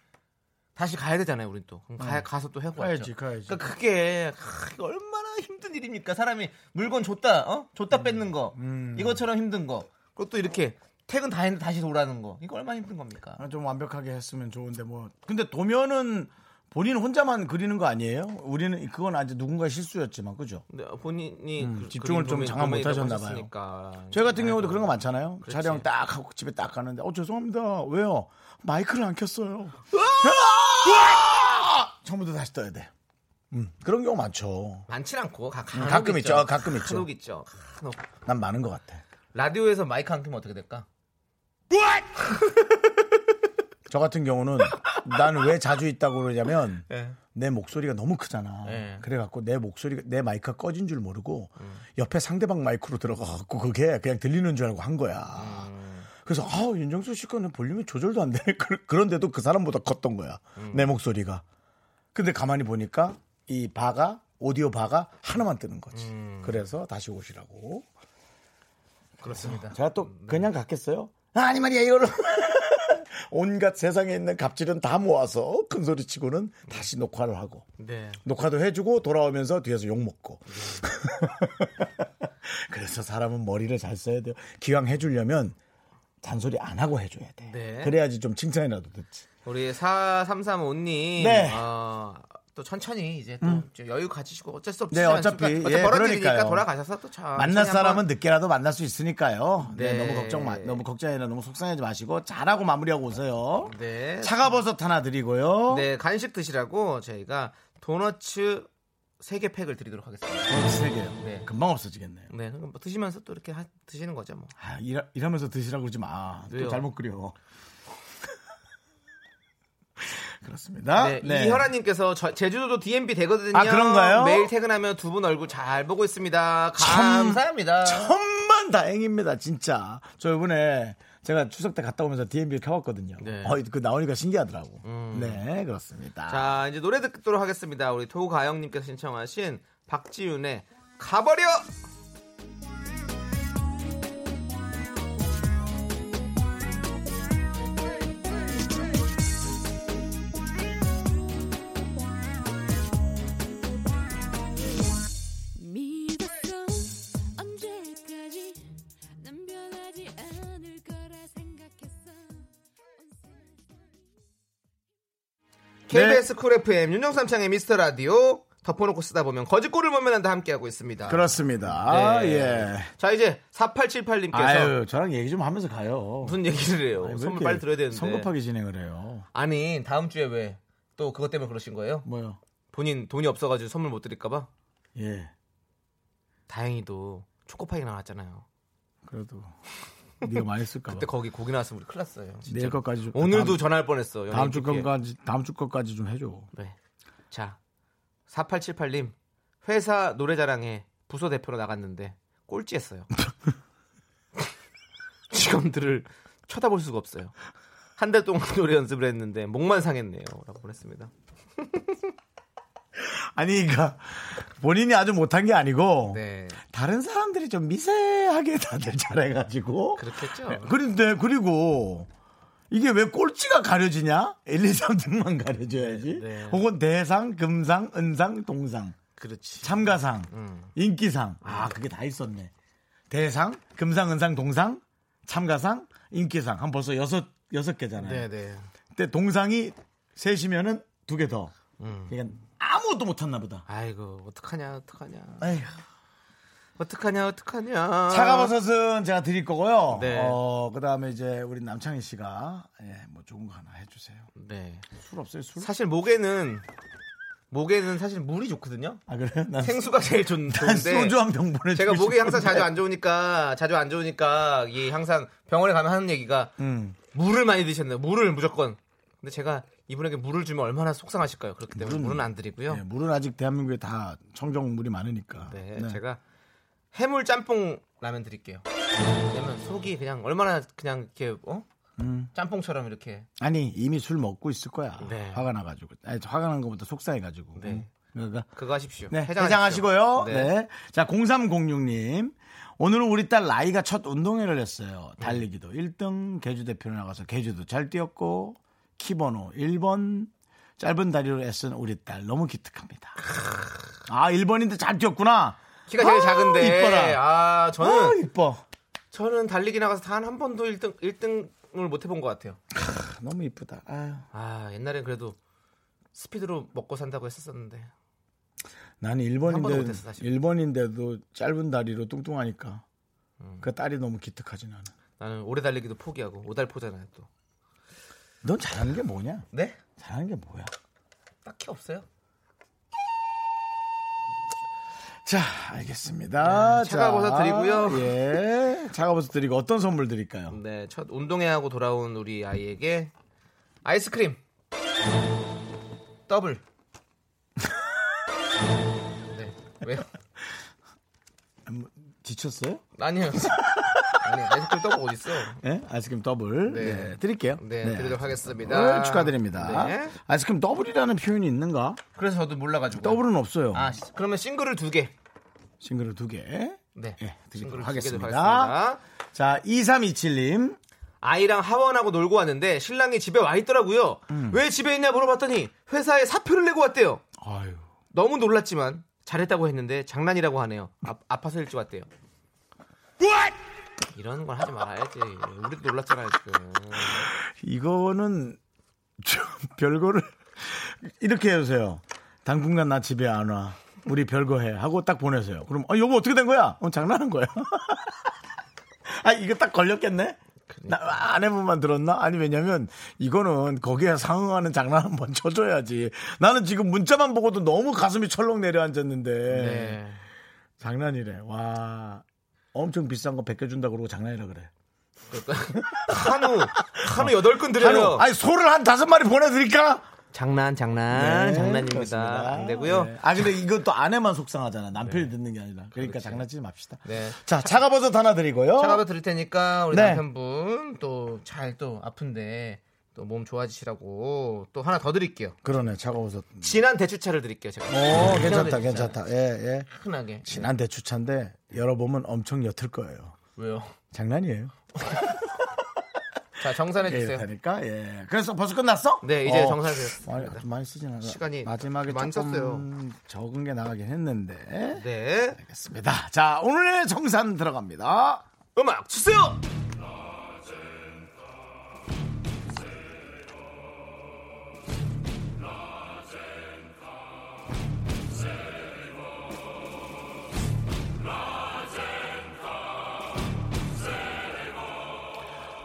다시 가야 되잖아요, 우린 또. 그럼 가, 가서 또 해고
음. 가야지,
왔죠.
가야지.
그러니까 그게 하, 이거 얼마나 힘든 일입니까? 사람이 물건 줬다, 어?
음.
줬다 뺏는 거. 이것처럼 힘든 거. 그리고 또 이렇게 퇴근 다 했는데 다시 오라는 거. 이거 얼마나 힘든 겁니까?
아, 좀 완벽하게 했으면 좋은데 뭐 근데 도면은 본인 혼자만 그리는 거 아니에요? 우리는 그건 아직 누군가 실수였지만 그죠?
근데 본인이
음,
그-
집중을
그림
좀
보면
장악 못
고민이라고
하셨나 봐요.
하셨으니까.
저희 같은 경우도
아이고.
그런 거 많잖아요.
그렇지.
촬영 딱 하고 집에 딱 가는데 어 죄송합니다. 왜요? 마이크를 안 켰어요. 처음부터 다시 떠야 돼. 음, 그런 경우 많죠.
많진 않고 가, 끔
음, 가끔 있죠. 가끔 있죠.
간혹 있죠. 간혹.
난 많은 것 같아.
라디오에서 마이크 안 켜면 어떻게 될까?
저 같은 경우는 난 왜 자주 있다고 그러냐면
예.
내 목소리가 너무 크잖아.
네.
그래갖고 내 목소리가 내 마이크가 꺼진 줄 모르고
음.
옆에 상대방 마이크로 들어가갖고 그게 그냥 들리는 줄 알고 한 거야.
음.
그래서 아 윤정수 씨 거는 볼륨이 조절도 안 돼. <laughs> 그- 그런데도 그 사람보다 컸던 거야.
음.
내 목소리가. 근데 가만히 보니까 이 바가 오디오 바가 하나만 뜨는 거지. 그래서 다시 오시라고.
음. 그렇습니다. 음.
제가 또 그냥 갔겠어요? 아, 니 말이야 이걸로 <laughs> 온갖 세상에 있는 갑질은 다 모아서 큰 소리 치고는 다시 녹화를 하고
네.
녹화도 해주고 돌아오면서 뒤에서 욕 먹고. <laughs> 그래서 사람은 머리를 잘 써야 돼요. 기왕 해주려면 잔소리 안 하고 해줘야 돼.
네.
그래야지 좀 칭찬이라도 듣지.
우리 4335님.
네. 음.
어, 또 천천히 이제 또 이제 여유 가지시고 어쩔 수 없이
네, 어차피, 예,
벌어지니까
그러니까요.
돌아가셔서 또 천천히
만날 사람은
한번-
늦게라도 만날 수 있으니까요. 네,
네.
너무 걱정 마, 너무 걱정이나 너무 속상하지 마시고 잘하고 마무리하고 오세요.
네.
차가버섯 하나 드리고요.
네, 간식 드시라고 저희가 도너츠 3개 팩을 드리도록 하겠습니다.
세 개요.
네.
금방 없어지겠네요.
네. 그럼 뭐 드시면서 또 이렇게 하- 드시는 거죠, 뭐.
아, 일하, 면서 드시라고 그러지 마. 또
왜요?
잘못 그려. <laughs> 그렇습니다.
네, 이현아님께서 저- 제주도도 DMB 되거든요.
아, 그런가요?
매일 퇴근하면 두 분 얼굴 잘 보고 있습니다.
참-
감사합니다.
천만 다행입니다, 진짜. 저 이번에 제가 추석 때 갔다 오면서 DMB를 켜봤거든요.
네. 음.
어, 그 나오니까 신기하더라고. 네, 그렇습니다.
자, 이제 노래 듣도록 하겠습니다. 우리 도가영님께서 신청하신 박지윤의 가버려!
네.
믿었어 언제까지 난 변하지 않을 거라 생각했어 온 세상
KBS 쿨 FM 윤정삼창의 미스터 라디오 덮어놓고 쓰다 보면 거짓골을 보면 한다 함께하고 있습니다.
그렇습니다.
네.
예.
자, 이제 4878님께서
아유, 저랑 얘기 좀 하면서 가요.
어. 무슨 얘기를 해요?
아니, 왜
선물
이렇게
빨리 들어야 되는데.
성급하게 진행을 해요.
아니, 다음 주에 왜? 또 그것 때문에 그러신 거예요?
뭐요?
본인 돈이 없어가지고 선물 못 드릴까봐?
예.
다행히도 초코파이 나왔잖아요.
그래도 네가 많이 쓸까 봐.
그때 거기 고기 나왔으면 우리 큰일 났어요. 진짜.
내일 것까지 좀
오늘도
다음,
전화할 뻔했어.
다음 주
연예인들께.
것까지 다음 주 것까지 좀 해줘.
네. 자, 4878님. 회사 노래자랑에 부서 대표로 나갔는데 꼴찌했어요. <laughs> 직원들을 쳐다볼 수가 없어요. 한 달 동안 노래 연습을 했는데 목만 상했네요. 라고 보냈습니다.
아니, 그러니까 본인이 아주 못한 게 아니고
네.
다른 사람들이 좀 미세하게 다들 <laughs> 잘해가지고
그렇겠죠.
네, 그런데 그리고 이게 왜 꼴찌가 가려지냐? 1, 2, 3 등만 가려져야지.
네, 네.
혹은 대상, 금상, 은상, 동상,
그렇지.
참가상,
음.
인기상. 아, 그게 다 있었네. 대상, 금상, 은상, 동상, 참가상, 인기상. 한 벌써 여섯 여섯 개잖아요.
네네.
근데 동상이 셋이면은 두 개 더.
음.
그러니까 아무것도 못했나 보다.
아이고, 어떡하냐, 어떡하냐.
에휴.
어떡하냐, 어떡하냐.
차가버섯은 제가 드릴 거고요.
네.
어, 그 다음에 이제 우리 남창희 씨가, 예, 뭐 좋은 거 하나 해주세요.
네.
술 없어요, 술?
사실 목에는, 목에는 사실 물이 좋거든요.
아, 그래요? 난,
생수가 제일 좋, 은
<laughs> 난
데
소주 한 병 보내주고
제가 목이 항상
싶은데.
자주 안 좋으니까 자주 안 좋으니까 이 항상 병원에 가면 하는 얘기가
음.
물을 많이 드셨네요. 물을 무조건. 근데 제가 이분에게 물을 주면 얼마나 속상하실까요? 그렇기 때문에
물은-
물은, 안 드리고요.
예, 물은 아직 대한민국에 다 청정물이 많으니까.
네, 제가 해물 짬뽕 라면 드릴게요. 왜냐면 속이 그냥 얼마나 그냥 이렇게 어? 짬뽕처럼 이렇게
아니, 이미 술 먹고 있을 거야.
네.
화가 나가지고. 아니, 화가 난 것보다 속상해가지고.
네.
그러니까
그거 하십시오.
네,
해장하십시오.
해장하시고요.
네.
네. 자, 0306님. 오늘은 우리 딸 라이가 첫 운동회를 했어요.
네.
달리기도 1등, 개주 대표로 나가서 개주도 잘 뛰었고 키번호 1번 짧은 다리로 애쓴 우리 딸 너무 기특합니다. 아 1번인데 잘 뛰었구나.
키가 제일
아,
작은데.
이뻐라.
아,
아
저는
이뻐.
저는 달리기 나가서 단 한 번도 1등 1등을 못 해본 것 같아요.
아, 너무 이쁘다. 아유.
아, 옛날엔 그래도 스피드로 먹고 산다고 했었었는데.
나는
번도
1번인데
못했어, 사실.
1번인데도 짧은 다리로 뚱뚱하니까
음.
그 딸이 너무 기특하지 나는.
나는 오래 달리기도 포기하고 오달포잖아요, 또.
넌 잘하는 게 뭐냐?
네?
잘하는 게 뭐야?
딱히 없어요.
자, 알겠습니다.
네, 차가버섯
자,
드리고요.
예. 차가버섯 드리고 어떤 선물 드릴까요?
네, 첫 운동회 하고 돌아온 우리 아이에게 아이스크림 <laughs> 더블. 네, 왜요?
지쳤어요?
아니요. 아니, 아이스크림 더블 어디 있어?
예? 아이스크림 더블.
네.
예, 드릴게요.
네, 드리도록 하겠습니다.
네, 축하드립니다.
네.
아이스크림 더블이라는 표현이 있는가?
그래서 저도 몰라가지고.
더블은 없어요.
아, 시- 그러면 싱글을 두 개.
싱글을 두 개.
네,
예,
싱글을
드리도록
두 개도
하겠습니다.
하겠습니다.
자, 2327님.
아이랑 하원하고 놀고 왔는데 신랑이 집에 와 있더라고요.
음.
왜 집에 있냐 물어봤더니 회사에 사표를 내고 왔대요.
아유.
너무 놀랐지만 잘했다고 했는데 장난이라고 하네요. 아, 아파서 일찍 왔대요. 이런 걸 하지 말아야지. 우리도 놀랐잖아요 지금.
이거는 좀 <laughs> 별거를 이렇게 해주세요. 당분간 나 집에 안 와. 우리 별거 해. 하고 딱 보내세요. 그럼, 어, 여보 어떻게 된 거야? 어, 장난한 거야. <laughs> 아, 이거 딱 걸렸겠네? 나 아내분만 들었나? 아니, 왜냐면 이거는 거기에 상응하는 장난 한번 <laughs> 쳐줘야지. 나는 지금 문자만 보고도 너무 가슴이 철렁 내려앉았는데.
네.
장난이래. 와. 엄청 비싼 거 벗겨준다 그러고 장난이라 그래.
한우 한우 여덟 근 드려요.
아니, 아니, 소를 한 다섯 마리 보내드릴까?
장난 아, 장난
네,
장난입니다.
그렇습니다.
안 되고요.
네. 아 근데 이건 또 아내만 속상하잖아. 남편이 듣는 게 아니라. 그러니까 장난치지 맙시다.
네.
자 차가버섯 하나 드리고요.
차가워 드릴 테니까 우리
네.
남편분 또 잘 또 아픈데 또 몸 좋아지시라고 또 하나 더 드릴게요.
그러네 차가버섯.
진한 대추차를 드릴게요. 제가.
오
네, 진한
괜찮다
대추차.
괜찮다. 예 예.
흔하게.
진한 대추차인데 열어보면 엄청 옅을 거예요.
왜요?
장난이에요.
자 정산해
예,
주세요.
그러니까 예. 그래서 벌써 끝났어?
네, 이제
어,
정산이 됐습니다.
많이 아주 많이 쓰진 않아.
시간이
마지막에
많이
조금
썼어요.
적은 게 나가긴 했는데.
네.
알겠습니다. 자 오늘의 정산 들어갑니다.
음악 주세요.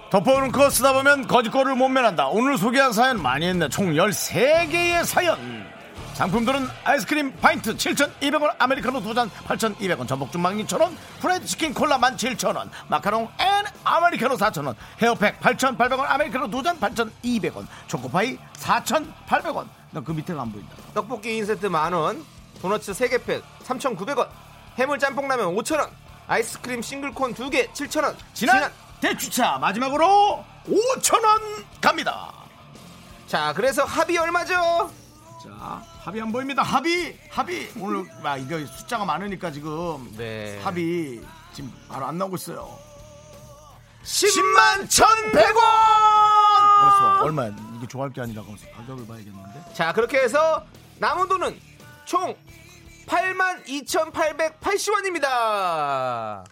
덮어오는 거 쓰다 보면 거짓거를 못 면한다. 오늘 소개한 사연 많이 했네. 총 13개의 사연. 상품들은 아이스크림 파인트 7,200원, 아메리카노 두 잔 8,200원, 전복죽 12,000원, 프라이드 치킨 콜라 17,000원, 마카롱 앤 아메리카노 4,000원, 헤어팩 8,800원, 아메리카노 두 잔 8,200원, 초코파이 4,800원. 나 그 밑에가 안 보인다.
떡볶이 2인 세트 만 원, 도너츠 3개 팩 3,900원, 해물 짬뽕 라면 5,000원, 아이스크림 싱글콘 2개 7,000원.
지난, 대추차 마지막으로 5,000원 갑니다.
자, 그래서 합이 얼마죠?
자, 합의 안 보입니다. 합의, 합의. 오늘 막 이거 숫자가 많으니까 지금
네.
합의 지금 바로 안 나오고 있어요.
10만 1,100원.
벌써 얼마? 이게 좋아할 게 아니라 벌써 가격을 봐야겠는데.
자, 그렇게 해서 남은 돈은 총 8만 2,880원입니다. 아,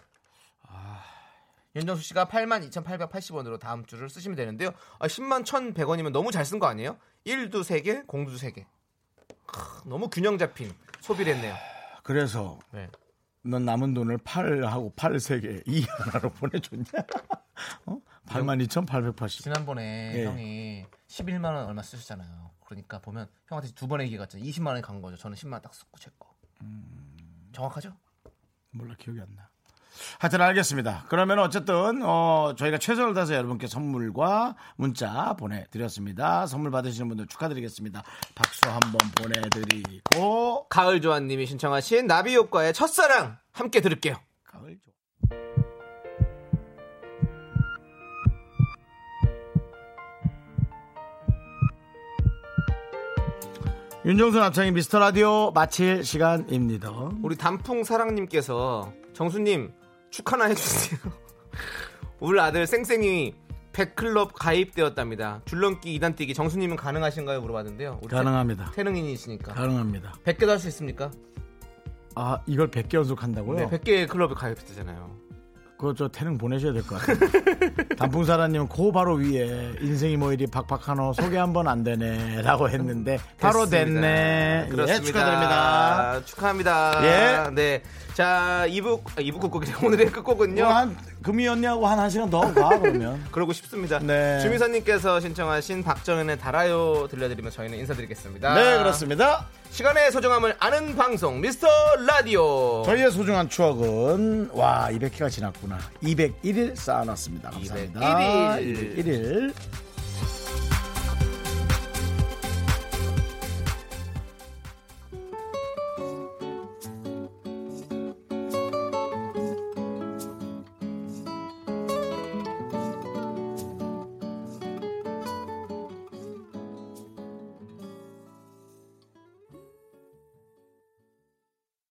윤정수 씨가 8만 2,880원으로 다음 주를 쓰시면 되는데요. 아, 10만 1,100원이면 너무 잘 쓴 거 아니에요? 1두 3개, 공두 3개. 크, 너무 균형 잡힌 소비를 했네요.
그래서
네.
넌 남은 돈을 8하고 8 3개 이 하나로 <laughs> 보내줬냐? 어? 82,880.
지난번에
예.
형이 11만 원 얼마 쓰셨잖아요. 그러니까 보면 형한테 두 번의 기회가 있잖아요. 20만 원이 간 거죠. 저는 10만 원 딱 쓰고 제 거. 정확하죠?
몰라 기억이 안 나. 하여튼 알겠습니다. 그러면 어쨌든 어, 저희가 최선을 다해서 여러분께 선물과 문자 보내드렸습니다. 선물 받으시는 분들 축하드리겠습니다. 박수 한번 보내드리고
가을 조아님이 신청하신 나비 효과의 첫사랑 함께 들을게요.
가을 좋아. 윤정수 남창희 미스터 라디오 마칠 시간입니다.
우리 단풍 사랑님께서 정수님 축하나 해주세요. <laughs> 우리 아들 쌩쌩이 백클럽 가입되었답니다. 줄넘기 2단 뛰기 정수님은 가능하신가요? 물어봤는데요. 우리
가능합니다.
태- 태능인이시니까.
가능합니다.
100개도 할 수 있습니까?
아 이걸 100개 연속 한다고요?
네, 100개 클럽에 가입되잖아요.
그거 저 태릉 보내셔야 될 것 같아요. <laughs> 단풍사라님 그 바로 위에 인생이 뭐 이리 박박하노 소개 한번 안 되네라고 했는데 바로
됐습니다.
됐네.
그렇습니다.
예, 축하드립니다.
축하합니다.
예.
네. 자, 2부, 아, 2부 끝곡이래. 오늘의 끝곡은요.
뭐 한 금이었냐고 한 한 시간 더 가 그러면.
그러고 싶습니다.
네.
주미선님께서 신청하신 박정현의 달아요 들려드리면 저희는 인사드리겠습니다.
네 그렇습니다.
시간의 소중함을 아는 방송 미스터 라디오.
저희의 소중한 추억은 와 200회가 지났구나. 201일 쌓아놨습니다. 감사합니다.
201일.
201일.